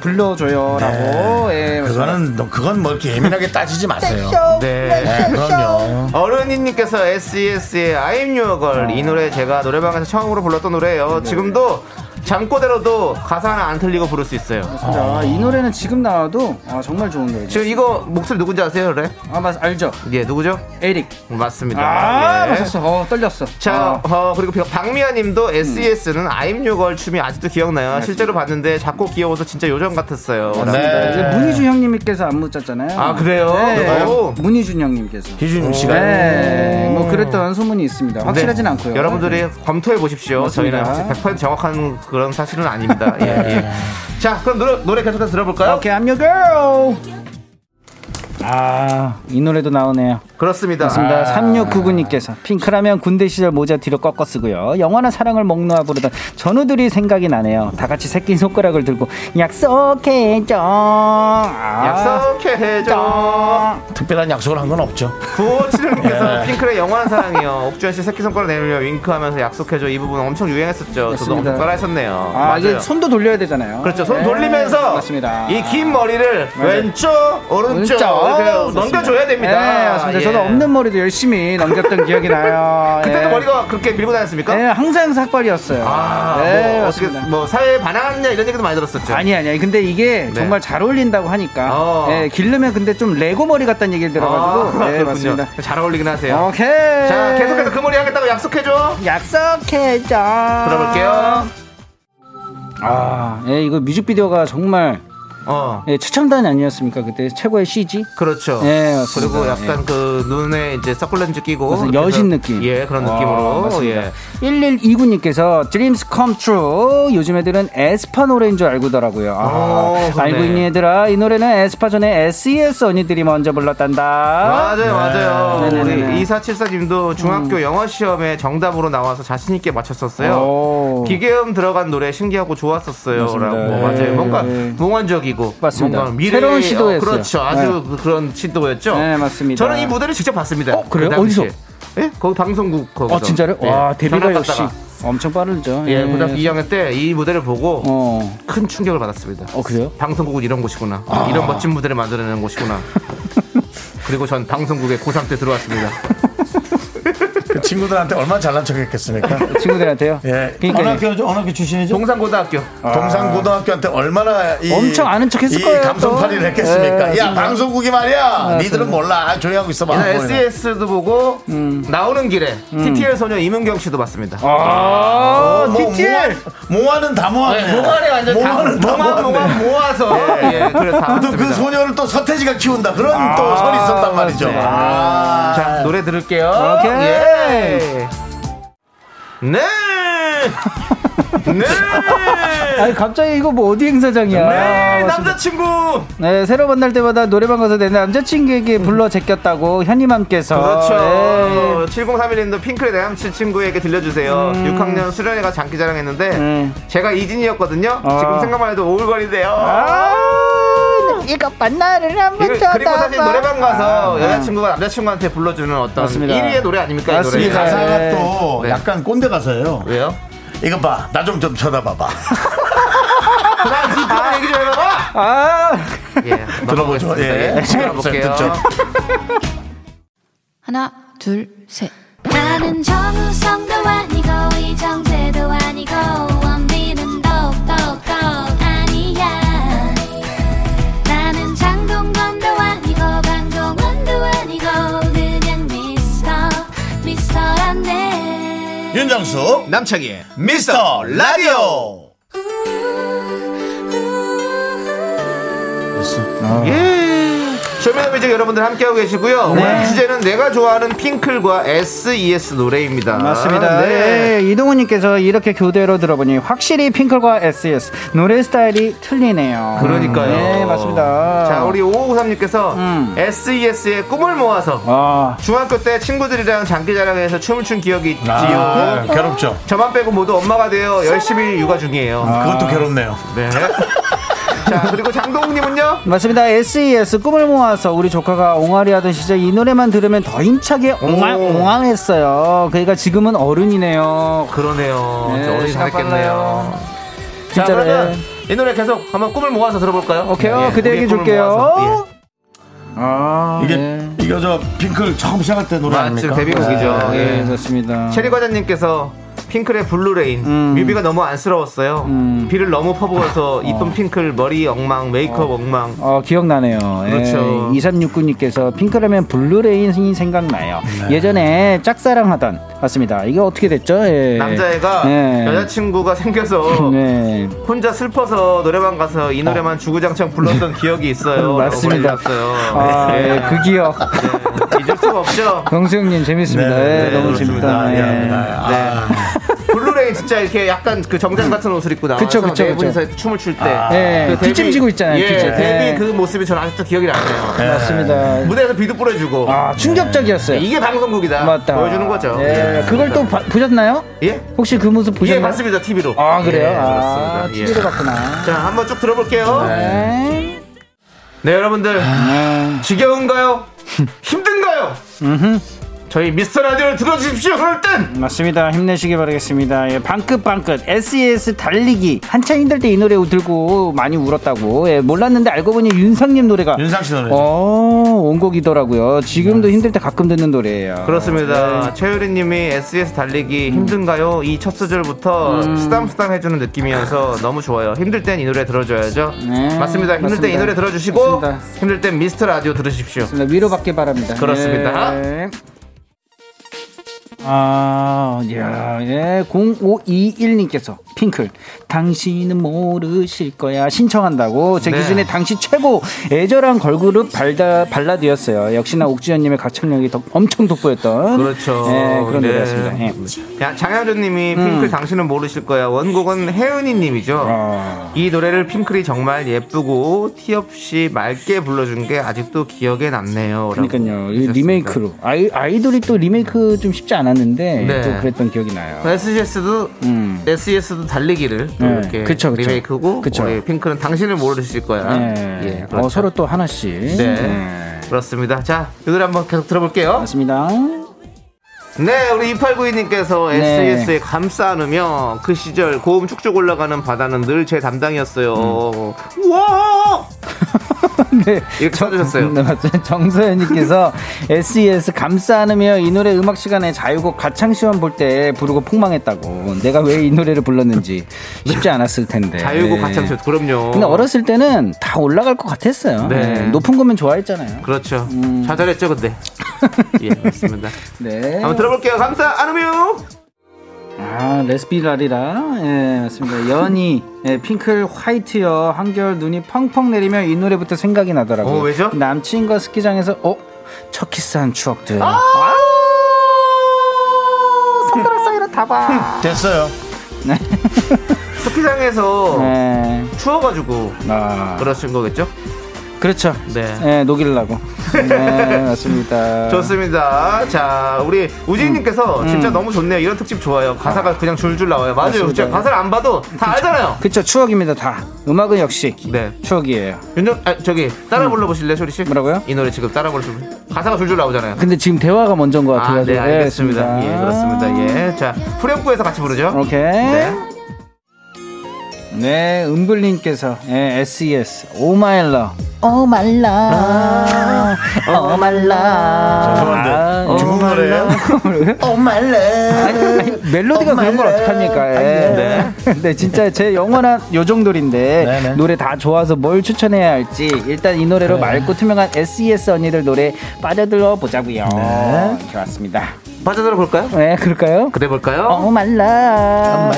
Speaker 6: 불러줘요라고 예,
Speaker 1: 그거는 너- 그건 뭐 이렇게 예민하게 따지지 마세요.
Speaker 2: 네.
Speaker 1: 네, 그럼요.
Speaker 2: 어른이님께서 E SES의 I'm Your Girl 이 노래 제가 노래방에서 처음으로 불렀던 노래예요.
Speaker 6: 네.
Speaker 2: 지금도 잠꼬대로도 가사는 안 틀리고 부를 수 있어요.
Speaker 6: 맞습니다. 이 노래는 지금 나와도 아, 정말 좋은 노래죠.
Speaker 2: 지금 이거 목소리 누군지 아세요, 그래?
Speaker 6: 아, 맞, 알죠?
Speaker 2: 예, 누구죠?
Speaker 6: 에릭.
Speaker 2: 맞습니다.
Speaker 6: 아,
Speaker 2: 예.
Speaker 6: 맞았어. 어, 떨렸어.
Speaker 2: 자,
Speaker 6: 어.
Speaker 2: 어, 그리고
Speaker 6: 음.
Speaker 2: 박미아님도 SES는 I'm Your Girl 춤이 아직도 기억나요. 실제로 봤는데 작고 귀여워서 진짜 요정 같았어요.
Speaker 1: 네.
Speaker 6: 이제 문희준 형님께서 안 묻었잖아요.
Speaker 2: 아, 그래요?
Speaker 6: 네.
Speaker 2: 오.
Speaker 6: 문희준 형님께서.
Speaker 1: 희준 씨가
Speaker 6: 네, 뭐 그랬던 소문이 있습니다. 확실하진
Speaker 2: 네.
Speaker 6: 않고요.
Speaker 2: 여러분들이 검토해 보십시오.
Speaker 6: 맞습니다. 네.
Speaker 2: 저희는 100% 정확한 그런 사실은 아닙니다. 예, 예. 자, 그럼 노래, 노래 계속해서 들어볼까요?
Speaker 6: 오케이, I'm your girl. 아, 이 노래도 나오네요.
Speaker 2: 그렇습니다.
Speaker 6: 맞습니다. 3699님께서 핑크라면 군대 시절 모자 뒤로 꺾어 쓰고요. 영원한 사랑을 목놓아 부르던 전우들이 생각이 나네요. 다 같이 새끼 손가락을 들고 약속해줘. 아,
Speaker 2: 약속해줘.
Speaker 1: 특별한 약속을 한 건 없죠.
Speaker 6: 네.
Speaker 2: 구호치님께서
Speaker 1: 예.
Speaker 2: 핑클의 영원한 사랑이요. 옥주현 씨 새끼손가락 내밀며 윙크하면서 약속해줘. 이 부분 엄청 유행했었죠. 저도
Speaker 6: 맞습니다.
Speaker 2: 엄청 따라했었네요.
Speaker 6: 아, 이게
Speaker 2: 맞아요.
Speaker 6: 손도 돌려야 되잖아요.
Speaker 2: 그렇죠. 손
Speaker 6: 네,
Speaker 2: 돌리면서
Speaker 6: 맞습니다.
Speaker 2: 이 긴 머리를 왼쪽, 오른쪽, 이렇게
Speaker 6: 좋습니다.
Speaker 2: 넘겨줘야 됩니다.
Speaker 6: 네, 맞습니다.
Speaker 2: 예.
Speaker 6: 저도 없는 머리도 열심히 넘겼던 기억이 나요.
Speaker 2: 그때도
Speaker 6: 예.
Speaker 2: 머리가 그렇게 밀고 다녔습니까?
Speaker 6: 네, 항상 삭발이었어요.
Speaker 2: 아,
Speaker 6: 네,
Speaker 2: 뭐 어떻게
Speaker 6: 맞습니다.
Speaker 2: 뭐 사회에 반항하느냐 이런 얘기도 많이 들었었죠.
Speaker 6: 아니 아니 근데 이게
Speaker 2: 네.
Speaker 6: 정말 잘 어울린다고 하니까
Speaker 2: 어.
Speaker 6: 예, 길르면 근데 좀 레고 머리 같다는 얘기를 들어가지고
Speaker 2: 아,
Speaker 6: 네
Speaker 2: 그렇군요.
Speaker 6: 맞습니다 네.
Speaker 2: 잘 어울리긴 하세요.
Speaker 6: 오케이
Speaker 2: 자, 계속해서 그 머리 하겠다고 약속해줘.
Speaker 6: 약속해줘
Speaker 2: 들어볼게요.
Speaker 6: 아 예, 이거 뮤직비디오가 정말
Speaker 2: 어,
Speaker 6: 예, 최첨단 아니었습니까 그때 최고의 CG
Speaker 2: 그렇죠.
Speaker 6: 예, 맞습니다.
Speaker 2: 그리고 약간 그 눈에 이제 서클렌즈 끼고
Speaker 6: 무슨
Speaker 2: 이렇게
Speaker 6: 여신
Speaker 2: 해서-
Speaker 6: 느낌. 어,
Speaker 2: 예, 그런 느낌으로. 예.
Speaker 6: 1129님께서 Dreams Come True 요즘 애들은 에스파 노래인 줄 알고더라고요. 아,
Speaker 2: 어, 좋네.
Speaker 6: 알고 있니 얘들아 이 노래는 에스파 전에 SES 언니들이 먼저 불렀단다.
Speaker 2: 맞아요, 맞아요.
Speaker 6: 네. 네네네네. 음.
Speaker 2: 우리 2474님도 중학교 영어 시험에 정답으로 나와서 자신있게 맞췄었어요.
Speaker 6: 오.
Speaker 2: 기계음 들어간 노래 신기하고 좋았었어요.
Speaker 6: 맞습니다.
Speaker 2: 라고.
Speaker 6: 네.
Speaker 2: 맞아요. 뭔가
Speaker 6: 네.
Speaker 2: 몽환적이고.
Speaker 6: 맞습니다.
Speaker 2: 뭔가 미래의-
Speaker 6: 새로운 시도였어요.
Speaker 2: 어, 그렇죠. 아주 그런 시도였죠.
Speaker 6: 네, 맞습니다.
Speaker 2: 저는 이 무대를 직접 봤습니다.
Speaker 6: 어, 그래요?
Speaker 2: 당시에.
Speaker 6: 어디서?
Speaker 2: 예? 거기 방송국 거기서.
Speaker 6: 어 진짜로?
Speaker 2: 예.
Speaker 6: 와 데뷔가
Speaker 2: 전화
Speaker 6: 역시
Speaker 2: 받다가.
Speaker 6: 엄청 빠르죠.
Speaker 2: 예, 고등학교 2학년 때 이 무대를 보고
Speaker 6: 어.
Speaker 2: 큰 충격을 받았습니다.
Speaker 6: 어 그래요?
Speaker 2: 방송국은 이런 곳이구나. 이런 멋진 무대를 만들어내는 곳이구나. 그리고 전 방송국에 고3 때 들어왔습니다.
Speaker 1: 그 친구들한테 얼마나 잘난 척했겠습니까?
Speaker 6: 친구들한테요?
Speaker 1: 예. 어느
Speaker 6: 그러니까
Speaker 1: 학교 어느 학교 출신이죠?
Speaker 2: 동산고등학교.
Speaker 1: 아, 동산고등학교한테 얼마나 이,
Speaker 6: 엄청 아는 척 했을
Speaker 1: 이
Speaker 6: 거예요,
Speaker 1: 감성팔이를
Speaker 6: 또.
Speaker 1: 했겠습니까?
Speaker 6: 예,
Speaker 1: 야 방송국이 말이야. 니들은 몰라. 아, 조용히 하고 있어봐.
Speaker 2: 이날
Speaker 1: 뭐 이런.
Speaker 2: SES도 보고 나오는 길에 TTL 소녀 이문경 씨도 봤습니다.
Speaker 1: 어, 뭐, 모아, 모아는 다 모았네.
Speaker 2: 모아에 완전 다
Speaker 1: 모아는 뭐 다
Speaker 2: 모아 모아
Speaker 1: 모았네.
Speaker 2: 모아서 예, 그래서 다
Speaker 1: 또 그
Speaker 2: 봤습니다.
Speaker 1: 소녀를 또 서태지가 키운다. 그런 또 설이 있었단 말이죠. 아.
Speaker 2: 자 노래 들을게요.
Speaker 6: 오케이.
Speaker 2: 예. 네. 네.
Speaker 6: 아니 갑자기 이거 뭐 어디 행사장이야?
Speaker 2: 네
Speaker 6: 맞습니다.
Speaker 2: 남자친구.
Speaker 6: 네, 새로 만날 때마다 노래방 가서 내 남자친구에게 불러 제꼈다고 현이맘께서
Speaker 2: 그렇죠.
Speaker 6: 예.
Speaker 2: 7031님도 핑클의 남친 친구에게 들려주세요. 6학년 수련회 가 장기 자랑했는데
Speaker 6: 음.
Speaker 2: 제가 이진이었거든요.
Speaker 6: 아.
Speaker 2: 지금 생각만 해도 오글거리네요.
Speaker 6: 이것만 나를 아, 한번
Speaker 2: 이거- 그리고 사실 노래방 가서
Speaker 6: 아,
Speaker 2: 여자친구가 남자친구한테 불러주는 어떤
Speaker 6: 맞습니다.
Speaker 2: 1위의 노래 아닙니까? 이
Speaker 1: 이
Speaker 2: 노래.
Speaker 6: 맞습니다.
Speaker 1: 가사가
Speaker 6: 네.
Speaker 1: 또
Speaker 2: 네.
Speaker 1: 약간 꼰대 가사예요.
Speaker 2: 왜요?
Speaker 1: 이거 봐, 나 좀 좀 쳐다봐봐.
Speaker 2: 그냥 이 편을 얘기 좀 해봐봐.
Speaker 6: 아,
Speaker 2: 예,
Speaker 1: 들어보죠.
Speaker 2: 넘어가겠습니다.
Speaker 1: 예.
Speaker 2: 예,
Speaker 1: 시간
Speaker 2: 들어볼게요.
Speaker 1: 없어요. 듣죠.
Speaker 3: 하나, 둘, 셋.
Speaker 4: 나는 정우성도 아니고 이정재도 아니고 원빈은 더욱더 아니야 나는 장동건도 아니고 강동원도 아니고 그냥 미스터 미스터란데
Speaker 1: 윤정수
Speaker 2: 남창희의
Speaker 1: 미스터 라디오.
Speaker 2: 예. 쇼미더뮤직 여러분들 함께하고 계시고요.
Speaker 6: 네.
Speaker 2: 오늘 주제는 내가 좋아하는 핑클과 SES 노래입니다.
Speaker 6: 맞습니다.
Speaker 2: 네.
Speaker 6: 예, 이동훈님께서 이렇게 교대로 들어보니 확실히 핑클과 SES 노래 스타일이 틀리네요.
Speaker 2: 그러니까요.
Speaker 6: 네, 맞습니다.
Speaker 2: 자, 우리 5553님께서
Speaker 6: 음.
Speaker 2: SES의 꿈을 모아서
Speaker 6: 아,
Speaker 2: 중학교 때 친구들이랑 장기자랑에서 춤을 춘 기억이 있지요.
Speaker 1: 아, 괴롭죠.
Speaker 2: 저만 빼고 모두 엄마가 되어 열심히 육아 중이에요.
Speaker 1: 그것도 괴롭네요.
Speaker 2: 네. 자, 그리고 장동욱님은요?
Speaker 6: 맞습니다. SES 꿈을 모아서 우리 조카가 옹알이 하던 시절 이 노래만 들으면 더 힘차게 옹알
Speaker 2: 오.
Speaker 6: 옹알했어요. 그러니까 지금은 어른이네요.
Speaker 2: 그러네요.
Speaker 6: 네,
Speaker 2: 저 어른이
Speaker 6: 시간
Speaker 2: 잘했겠네요. 자,
Speaker 6: 진짜로, 네.
Speaker 2: 그러면 이 노래 계속 한번 꿈을 모아서 들어볼까요?
Speaker 6: 오케이요.
Speaker 2: 예,
Speaker 6: 그대에게
Speaker 2: 우리의 꿈을 모아서.
Speaker 6: 줄게요.
Speaker 2: 예.
Speaker 6: 아,
Speaker 1: 이게
Speaker 6: 네.
Speaker 1: 이거 저 핑클 처음 시작할 때 노래
Speaker 2: 맞죠,
Speaker 1: 아닙니까?
Speaker 2: 데뷔곡이죠.
Speaker 1: 네.
Speaker 2: 예.
Speaker 6: 네, 좋습니다.
Speaker 2: 체리 과장님께서 핑클의 블루레인
Speaker 6: 음.
Speaker 2: 뮤비가 너무 안쓰러웠어요.
Speaker 6: 음.
Speaker 2: 비를 너무 퍼부어서 이쁜 핑클 머리 엉망 메이크업 엉망.
Speaker 6: 어, 기억나네요.
Speaker 2: 그렇죠.
Speaker 6: 2369님께서 핑크라면 블루레인이 생각나요.
Speaker 2: 네.
Speaker 6: 예전에 짝사랑하던 맞습니다. 이게 어떻게 됐죠? 예.
Speaker 2: 남자애가
Speaker 6: 네.
Speaker 2: 여자친구가 생겨서
Speaker 6: 네. 어.
Speaker 2: 혼자 슬퍼서 노래방 가서 이 노래만 주구장창 불렀던 기억이 있어요.
Speaker 6: 네.
Speaker 2: 어
Speaker 6: 맞습니다.
Speaker 2: 요 네.
Speaker 6: 아, 예, 그 기억.
Speaker 2: 잊을 수가 없죠.
Speaker 6: 경수형님 재밌습니다. 예,
Speaker 1: 네,
Speaker 6: 너무
Speaker 1: 그렇습니다.
Speaker 6: 재밌다.
Speaker 1: 예.
Speaker 6: 예.
Speaker 1: 아,
Speaker 2: 블루레인 진짜 이렇게 약간 그 정장 같은 옷을 입고 나와서
Speaker 6: 그쵸, 그쵸,
Speaker 2: 네
Speaker 6: 그쵸.
Speaker 2: 분이서 춤을 출 때.
Speaker 6: 예,
Speaker 2: 데뷔-
Speaker 6: 뒷짐지고 있잖아요,
Speaker 2: 예,
Speaker 6: 뒷짐.
Speaker 2: 데뷔
Speaker 6: 예.
Speaker 2: 그 모습이 저는 아직도 기억이 나네요.
Speaker 6: 맞습니다.
Speaker 2: 무대에서 비도 뿌려주고.
Speaker 6: 아, 충격적이었어요.
Speaker 2: 이게 방송국이다.
Speaker 6: 맞다.
Speaker 2: 보여주는 거죠.
Speaker 6: 예, 그걸 또 봐- 보셨나요?
Speaker 2: 예?
Speaker 6: 혹시 그 모습 보셨나요?
Speaker 2: 예, 맞습니다. TV로.
Speaker 6: 아, 그래요?
Speaker 2: 예, 그렇습니다.
Speaker 6: 아,
Speaker 2: 예.
Speaker 6: TV로 봤구나.
Speaker 2: 자, 한번 쭉 들어볼게요. 네,
Speaker 6: 네.
Speaker 2: 여러분들.
Speaker 6: 아,
Speaker 2: 지겨운가요? 힘든가요? 저희 미스터 라디오를 들어주십시오. 그럴 땐
Speaker 6: 맞습니다. 힘내시기 바라겠습니다. 예, 방긋방긋 SES 달리기 한창 힘들 때 이 노래 들고 많이 울었다고. 예, 몰랐는데 알고 보니 윤상님 네. 노래가
Speaker 1: 윤상 씨 노래죠.
Speaker 6: 어, 원곡이더라고요. 지금도 힘들 때 가끔 듣는 노래예요. 네.
Speaker 2: 그렇습니다. 최유리님이 SES
Speaker 6: 음.
Speaker 2: 달리기 힘든가요? 이 첫 소절부터 쓰담쓰담 해주는 느낌이어서 너무 좋아요. 힘들 땐 이 노래 들어줘야죠.
Speaker 6: 네,
Speaker 2: 맞습니다. 힘들 땐 이
Speaker 6: 맞습니다.
Speaker 2: 노래 들어주시고
Speaker 6: 맞습니다.
Speaker 2: 힘들 땐 미스터 라디오 들으십시오.
Speaker 6: 네, 위로받길 바랍니다.
Speaker 2: 그렇습니다.
Speaker 6: 예. 아, 야, 예, 0521님께서 핑클 당신은 모르실 거야 신청한다고 제
Speaker 2: 네.
Speaker 6: 기준에 당시 최고 애절한 걸그룹 발다, 발라드였어요. 역시나 옥주현님의 가창력이 더, 엄청 돋보였던
Speaker 2: 그렇죠.
Speaker 6: 예, 그런
Speaker 2: 네.
Speaker 6: 노래였습니다. 예.
Speaker 2: 야, 장현준님이
Speaker 6: 음.
Speaker 2: 핑클 당신은 모르실 거야. 원곡은 혜은이님이죠.
Speaker 6: 아.
Speaker 2: 이 노래를 핑클이 정말 예쁘고 티 없이 맑게 불러준 게 아직도 기억에 남네요. 라고
Speaker 6: 그러니까요, 이
Speaker 2: 해주셨습니다.
Speaker 6: 리메이크로 아이, 아이돌이 또 리메이크 좀 쉽지 않았는데
Speaker 2: 네.
Speaker 6: 또 그랬던 기억이 나요.
Speaker 2: 뭐 SES도
Speaker 6: 음.
Speaker 2: SES도 달리기를 또
Speaker 6: 네.
Speaker 2: 이렇게
Speaker 6: 그쵸, 그쵸.
Speaker 2: 리메이크고
Speaker 6: 그쵸.
Speaker 2: 우리 핑크는 당신을 모르실 거야.
Speaker 6: 예.
Speaker 2: 예,
Speaker 6: 어,
Speaker 2: 그렇죠.
Speaker 6: 서로 또 하나씩.
Speaker 2: 네.
Speaker 6: 예.
Speaker 2: 그렇습니다. 자, 이 노래 한번 계속 들어볼게요.
Speaker 6: 맞습니다.
Speaker 2: 네, 우리 2892님께서
Speaker 6: 네.
Speaker 2: SES에 감싸 안으며 그 시절 고음 축적 올라가는 바다는 늘 제
Speaker 6: 음.
Speaker 2: 담당이었어요. 우와!
Speaker 6: 네.
Speaker 2: 이렇게 쳐주셨어요.
Speaker 6: 네, 맞아요. 정서연님께서 SES 감싸 안으며 이 노래 음악 시간에 자유곡 가창 시험 볼 때 부르고 폭망했다고. 내가 왜 이 노래를 불렀는지 쉽지 않았을 텐데.
Speaker 2: 자유고
Speaker 6: 네.
Speaker 2: 가창 쇼 그럼요.
Speaker 6: 근데 어렸을 때는 다 올라갈 것 같았어요.
Speaker 2: 네.
Speaker 6: 네, 높은 거면 좋아했잖아요.
Speaker 2: 그렇죠. 잘 잘했죠, 근데. 예, 맞습니다.
Speaker 6: 음. 네.
Speaker 2: 한번 들어볼게요. 감싸 안으며.
Speaker 6: 아, 레스피라리라. 예, 맞습니다. 연이, 예, 핑클 화이트여, 한결 눈이 펑펑 내리며 이 노래부터 생각이 나더라고요.
Speaker 2: 어, 왜죠?
Speaker 6: 남친과 스키장에서, 어? 첫 키스한 추억들.
Speaker 1: 됐어요.
Speaker 2: 스키장에서
Speaker 6: 예,
Speaker 2: 추워가지고
Speaker 6: 아,
Speaker 2: 그러신 거겠죠?
Speaker 6: 그렇죠.
Speaker 2: 네.
Speaker 6: 예, 녹일라고. 네, 맞습니다.
Speaker 2: 좋습니다. 자, 우리 우진님께서 진짜 너무 좋네요. 이런 특집 좋아요. 가사가 그냥 줄줄 나와요. 맞아요.
Speaker 6: 음. 맞습니다.
Speaker 2: 진짜 가사를 안 봐도 다 알잖아요.
Speaker 6: 그쵸, 추억입니다, 다. 음악은 역시
Speaker 2: 네.
Speaker 6: 추억이에요.
Speaker 2: 윤정, 아, 저기 따라 불러보실래 요 쇼리씨?
Speaker 6: 음. 뭐라고요?
Speaker 2: 이 노래 지금 따라 부르시면 가사가 줄줄 나오잖아요.
Speaker 6: 근데 지금 대화가 먼저인 것
Speaker 2: 아,
Speaker 6: 같아가지고.
Speaker 2: 네, 알겠습니다.
Speaker 6: 예,
Speaker 2: 예, 그렇습니다. 예. 자, 후렴구에서 같이 부르죠.
Speaker 6: 오케이.
Speaker 2: 네.
Speaker 6: E 네, 은블님께서 예, SES 오마일러 어 말라. 어 말라.
Speaker 1: 죄송한데
Speaker 6: 아, 어,
Speaker 1: 중국 노래예요?
Speaker 6: 아니, 멜로디가 그런 걸 어떡합니까? 예. 근데 진짜 제 영원한 요정돌인데
Speaker 1: 네네.
Speaker 6: 노래 다 좋아서 뭘 추천해야 할지 일단 이 노래로 맑고 투명한 SES 언니들 노래 빠져들어 보자고요. 이렇게 왔습니다.
Speaker 2: 빠져들어 볼까요?
Speaker 6: 네, 그럴까요?
Speaker 2: 그래 볼까요?
Speaker 6: 어 말라.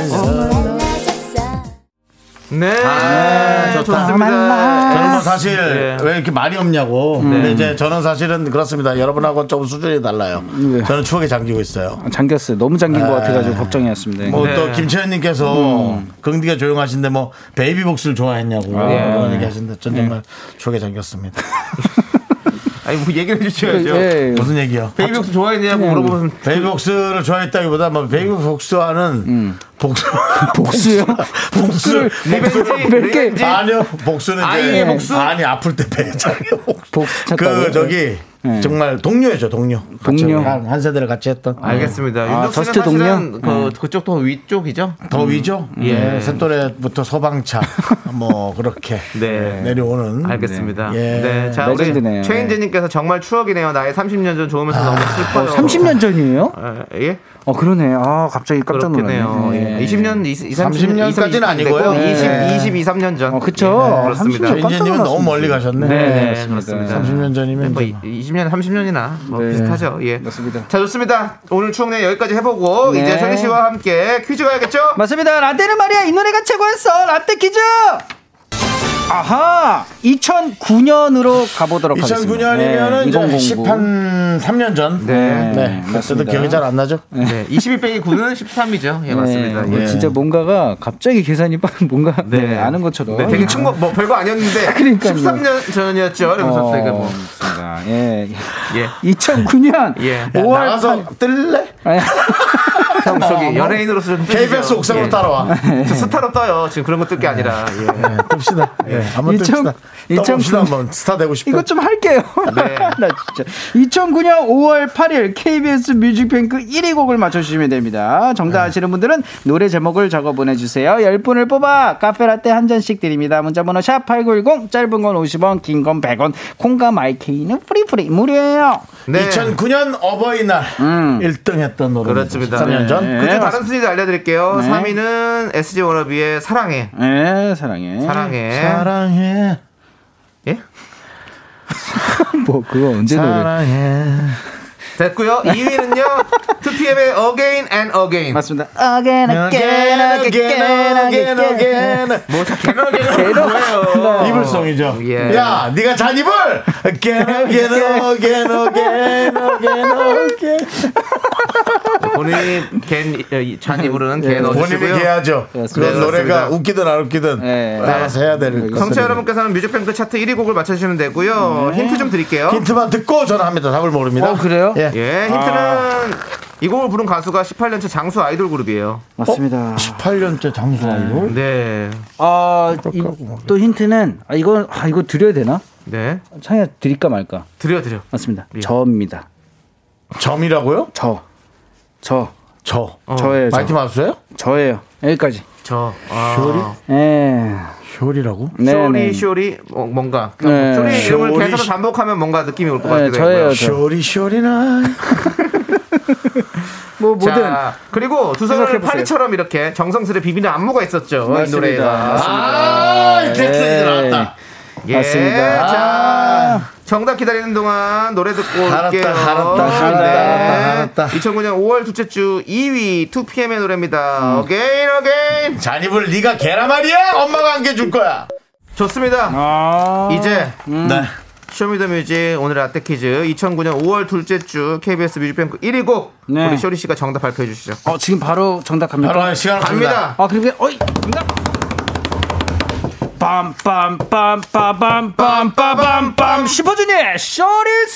Speaker 2: 네,
Speaker 6: 아,
Speaker 1: 좋다.
Speaker 2: 좋습니다.
Speaker 1: 저는 뭐 사실 왜 이렇게 말이 없냐고. 근데 이제 저는 사실은 그렇습니다. 여러분하고 좀 수준이 달라요. 저는 추억에 잠기고 있어요.
Speaker 6: 잠겼어요. 너무 잠긴 것 같아가지고 걱정이었습니다.
Speaker 1: 뭐
Speaker 2: 네.
Speaker 1: 또 김채연님께서 긍디가 조용하신데 뭐 베이비 복수를 좋아했냐고 그런 얘기 하시는데 전 정말 추억에 잠겼습니다.
Speaker 2: 아니 뭐 얘기를 해주셔야죠.
Speaker 6: 예.
Speaker 1: 무슨 얘기요?
Speaker 2: 베이비복스 좋아했냐고 물어보면
Speaker 1: 베이비 복수를 좋아했다기보다 뭐 베이비 복수하는 복수
Speaker 6: 복수요?
Speaker 1: 복수
Speaker 2: 리벤지,
Speaker 6: 몇 개?
Speaker 2: 리벤지.
Speaker 1: 아니요 복수는 이제
Speaker 2: 아이의 복수?
Speaker 1: 아니 아플 때 배짱이 복수
Speaker 6: 복수 찾다고요?
Speaker 1: 그 저기
Speaker 6: 네.
Speaker 1: 정말 동료죠 동료
Speaker 6: 동료.
Speaker 1: 한, 한 세대를 같이 했던
Speaker 2: 알겠습니다.
Speaker 6: 아,
Speaker 2: 윤정 씨는
Speaker 6: 저스트 동료? 예.
Speaker 2: 사실은
Speaker 6: 음,
Speaker 2: 그 그쪽 더 위쪽이죠.
Speaker 1: 더 위죠 예 새또래부터 소방차 뭐 그렇게
Speaker 2: 네.
Speaker 1: 내려오는
Speaker 2: 알겠습니다.
Speaker 1: 예.
Speaker 2: 네, 자
Speaker 6: 레전드네요.
Speaker 2: 우리 최인재님께서 정말 추억이네요. 나의 30년 전 좋으면서 너무 슬퍼요.
Speaker 6: 30년 어, 전이에요?
Speaker 2: 아, 예,
Speaker 6: 어 그러네. 아 갑자기 깜짝
Speaker 2: 그렇겠네요.
Speaker 6: 놀랐네요.
Speaker 2: 예. 20년, 20,
Speaker 1: 30 년까지는 아니고요.
Speaker 2: 20,
Speaker 6: 예.
Speaker 2: 20, 23년 전.
Speaker 6: 어, 그쵸.
Speaker 2: 네, 그렇습니다.
Speaker 6: 30 년. 깜짝
Speaker 1: 인재님은 너무
Speaker 6: 놀랐습니다.
Speaker 1: 멀리 가셨네
Speaker 2: 네, 네,
Speaker 6: 그렇습니다.
Speaker 2: 그렇습니다.
Speaker 1: 30년 전이면
Speaker 2: 뭐
Speaker 1: 이제
Speaker 2: 이- 20년, 30년이나 뭐
Speaker 6: 네.
Speaker 2: 비슷하죠. 예.
Speaker 6: 맞습니다.
Speaker 2: 자, 좋습니다. 오늘 추억내 여기까지 해보고
Speaker 6: 네.
Speaker 2: 이제 정희 씨와 함께 퀴즈 가야겠죠?
Speaker 6: 맞습니다. 라떼는 말이야 이 노래가 최고였어. 라떼 퀴즈. 아하 2009년으로 가보도록 하겠습니다.
Speaker 1: 네, 2009년이면은
Speaker 6: 네,
Speaker 1: 이제
Speaker 6: 2009.
Speaker 1: 10한 3년 전.
Speaker 2: 네.
Speaker 1: 네. 그래도
Speaker 6: 맞습니다.
Speaker 1: 기억이 잘 안 나죠?
Speaker 2: 네. 21 빼기 9는 13이죠. 예, 맞습니다.
Speaker 6: 네,
Speaker 2: 예.
Speaker 6: 진짜 뭔가가 갑자기 계산이 빡 뭔가
Speaker 2: 네.
Speaker 6: 네, 아는 것처럼.
Speaker 2: 네, 되게 충고 뭐 별거 아니었는데
Speaker 6: 그러니까요.
Speaker 2: 13년 전이었죠.
Speaker 6: 어,
Speaker 2: 이러면서 제가 뭐
Speaker 6: 맞습니다. 예.
Speaker 2: 예.
Speaker 6: 2009년 뭐
Speaker 2: 예. 야,
Speaker 6: 5월
Speaker 1: 네, 나가서 뜰래?
Speaker 2: 형
Speaker 6: 아,
Speaker 2: 저기 연예인으로서 좀 뜨시죠.
Speaker 1: 어. KBS 옥상으로
Speaker 2: 예.
Speaker 1: 따라와.
Speaker 2: 저 스타로 떠요. 지금 그런 거 뜰 게 아니라. 예.
Speaker 1: 네, 뜹시다. 예, 한번
Speaker 6: 이천-
Speaker 1: 뜹시다. 떠봅시다
Speaker 6: 이천구-
Speaker 1: 한번 스타 되고 싶어.
Speaker 6: 이것 좀 할게요.
Speaker 2: 네.
Speaker 6: 나 진짜. 2009년 5월 8일 KBS 뮤직뱅크 1위 곡을 맞춰주시면 됩니다. 정답 아시는 분들은 노래 제목을 적어 보내주세요. 10분을 뽑아 카페라떼 한 잔씩 드립니다. 문자번호 샵8910 짧은 건 50원 긴 건 100원 콩과 마이케이는 프리프리 무료예요.
Speaker 2: 네.
Speaker 1: 2009년 어버이날 1등 했던 노래.
Speaker 2: 그렇습니다.
Speaker 1: 13년 전.
Speaker 6: 네.
Speaker 2: 그중 다른 순위도 알려드릴게요.
Speaker 6: 네.
Speaker 2: 3위는 SG 워너비의 사랑해.
Speaker 6: 네 사랑해.
Speaker 2: 사랑해.
Speaker 1: 네. 사랑해.
Speaker 2: 예?
Speaker 6: 뭐 그거 언제 노래
Speaker 1: 사랑해.
Speaker 2: 됐고요. 2위는요. 2PM의 Again and Again.
Speaker 6: 맞습니다.
Speaker 4: 어?
Speaker 6: Again again again again again
Speaker 2: 뭐 개너 개너 뭐예요?
Speaker 6: 네.
Speaker 1: 이불송이죠.
Speaker 2: 예.
Speaker 1: 어. 야, 네가 잔 이불. 개노 개노 개노 개노 개노 개.
Speaker 2: 본인 겐잔 어, 이불은
Speaker 6: 네.
Speaker 2: 개
Speaker 1: 본인이
Speaker 2: 넣어주시고요. 네.
Speaker 1: 개하죠.
Speaker 6: 그렇습니다.
Speaker 1: 그런 노래가
Speaker 2: 그렇습니다.
Speaker 1: 웃기든 안 웃기든
Speaker 6: 네.
Speaker 1: 알아서 해야 될 것들.
Speaker 2: 청취자 여러분께서는 뮤직뱅크 차트 1위 곡을 맞춰주시면
Speaker 6: 음.
Speaker 2: 되고요. 힌트 좀 드릴게요.
Speaker 1: 힌트만 듣고 전화합니다. 답을 모릅니다.
Speaker 6: 어, 그래요?
Speaker 1: 예.
Speaker 2: 예, 힌트는
Speaker 6: 아.
Speaker 2: 이 곡을 부른 가수가 18년째 장수 아이돌 그룹이에요.
Speaker 6: 맞습니다.
Speaker 1: 8년째 장수 아이돌.
Speaker 2: 네,
Speaker 6: 아, 이- 또 힌트는 아 이거 아 이거 드려야 되나?
Speaker 2: 네,
Speaker 6: 창이야 드릴까 말까?
Speaker 2: 드려 드려.
Speaker 6: 맞습니다.
Speaker 2: 예.
Speaker 6: 저입니다. 네.
Speaker 1: 점이라고요?
Speaker 6: 저. 저.
Speaker 1: 저.
Speaker 2: 어,
Speaker 6: 네, 저예요. 저.
Speaker 1: 마이티 마우스예요?
Speaker 6: 저예요. 여기까지.
Speaker 2: 저 아,
Speaker 6: 예.
Speaker 1: 쇼리라고?
Speaker 6: 네.
Speaker 2: 쇼리
Speaker 6: 네.
Speaker 2: 쇼리 뭐, 뭔가
Speaker 6: 네.
Speaker 2: 쇼리 이름을
Speaker 1: 쇼리,
Speaker 2: 계속
Speaker 1: 쇼-
Speaker 2: 반복하면 뭔가 느낌이 올 것
Speaker 6: 네,
Speaker 2: 같기도
Speaker 6: 저예요.
Speaker 2: 해요.
Speaker 6: 저.
Speaker 1: 쇼리 쇼리나.
Speaker 6: 뭐 뭐든
Speaker 2: 자, 그리고 두 손을
Speaker 6: 생각해보세요.
Speaker 2: 파리처럼 이렇게 정성스레 비비는 안무가 있었죠. 이
Speaker 6: 맞습니다.
Speaker 2: 노래가.
Speaker 1: 아, 이텍스
Speaker 6: 예.
Speaker 1: 이제 나왔다.
Speaker 2: 예,
Speaker 6: 맞습니다.
Speaker 2: 자, 정답 기다리는 동안 노래 듣고
Speaker 1: 아. 알았다,
Speaker 2: 올게요.
Speaker 1: 알았다, 알았다, 알았다, 알았다.
Speaker 2: 2009년 5월 둘째 주 2위 2PM의
Speaker 1: 음.
Speaker 2: 노래입니다. Again, again.
Speaker 1: 잔입을 네가 개라 말이야. 엄마가 안겨줄 거야.
Speaker 2: 좋습니다.
Speaker 6: 아.
Speaker 2: 이제
Speaker 1: 네.
Speaker 2: 쇼미더뮤직 오늘의 아떼 퀴즈 2009년 5월 둘째 주 KBS 뮤직뱅크 1위 곡
Speaker 6: 네.
Speaker 2: 우리 쇼리 씨가 정답 발표해 주시죠.
Speaker 6: 어, 지금 바로 정답 갑니까?
Speaker 1: 바로 시간 갑니다.
Speaker 2: 갑니다.
Speaker 6: 아, 그리고 어이. 정답. 빰빰빰빰빰빰빰빰빰 슈퍼주니어 쇼리
Speaker 2: 예!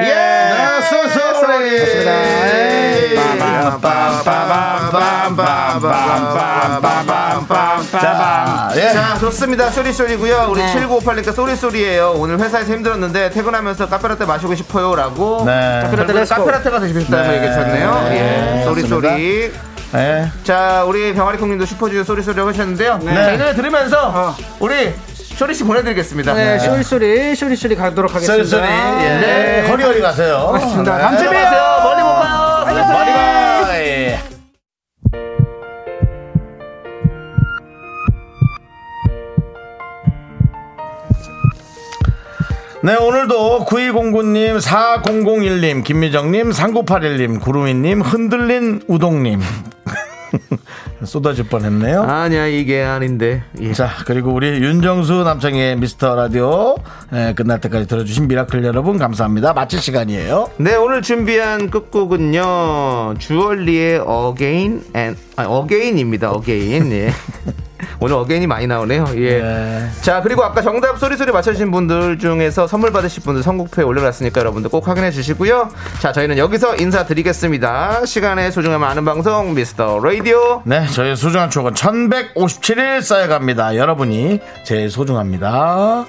Speaker 6: 쇼리
Speaker 2: 네, 쏘쏘쏘리.
Speaker 6: 예.
Speaker 1: 자, 예.
Speaker 2: 자 좋습니다 쏘리쏘리고요 우리 7958님께 쏘리쏘리예요 오늘 회사에서 힘들었는데 퇴근하면서 카페라떼 마시고 싶어요 라고
Speaker 1: 네.
Speaker 2: 카페라떼
Speaker 6: 렛츠고.
Speaker 2: 카페라떼가 되고 싶다고
Speaker 1: 네.
Speaker 2: 얘기해 주셨네요
Speaker 1: 네,
Speaker 2: 예 쏘리쏘리
Speaker 1: 예.
Speaker 2: 네. 자 우리 병아리콩님도 슈퍼주니어 쏘리쏘리라고 하셨는데요 자, 이 노래 들으면서 우리 쇼리 씨 보내드리겠습니다.
Speaker 6: 네,
Speaker 2: 어. 네.
Speaker 6: 쇼리쇼리, 쇼리쇼리 가도록 하겠습니다.
Speaker 1: 쏘리쏘리. 예.
Speaker 2: 네.
Speaker 1: 허리허리 가세요.
Speaker 6: 맞습니다.
Speaker 1: 네.
Speaker 6: 다음 주에 봬요.
Speaker 2: 안녕하세요. 머리 못 봐요.
Speaker 1: 아, 머리가. 예. 네, 오늘도 9209님, 4001님, 김미정님, 3981님, 구루미님, 흔들린 우동님. 쏟아질 뻔 했네요.
Speaker 2: 아니야 이게 아닌데. 예.
Speaker 1: 자 그리고 우리 윤정수 남창의 미스터 라디오 예, 끝날 때까지 들어주신 미라클 여러분 감사합니다 마칠 시간이에요
Speaker 2: 네 오늘 준비한 끝곡은요 주얼리의 어게인 앤 아, 어게인입니다 어게인 예. 오늘 어게인이 많이 나오네요 예.
Speaker 1: 네.
Speaker 2: 자 그리고 아까 정답 소리소리 맞춰주신 분들 중에서 선물 받으실 분들 선곡표에 올려놨으니까 여러분들 꼭 확인해 주시고요 자 저희는 여기서 인사드리겠습니다 시간의 소중함 아는 방송 미스터 라디오
Speaker 1: 네 저희의 소중한 추억은 1157일 쌓여갑니다 여러분이 제일 소중합니다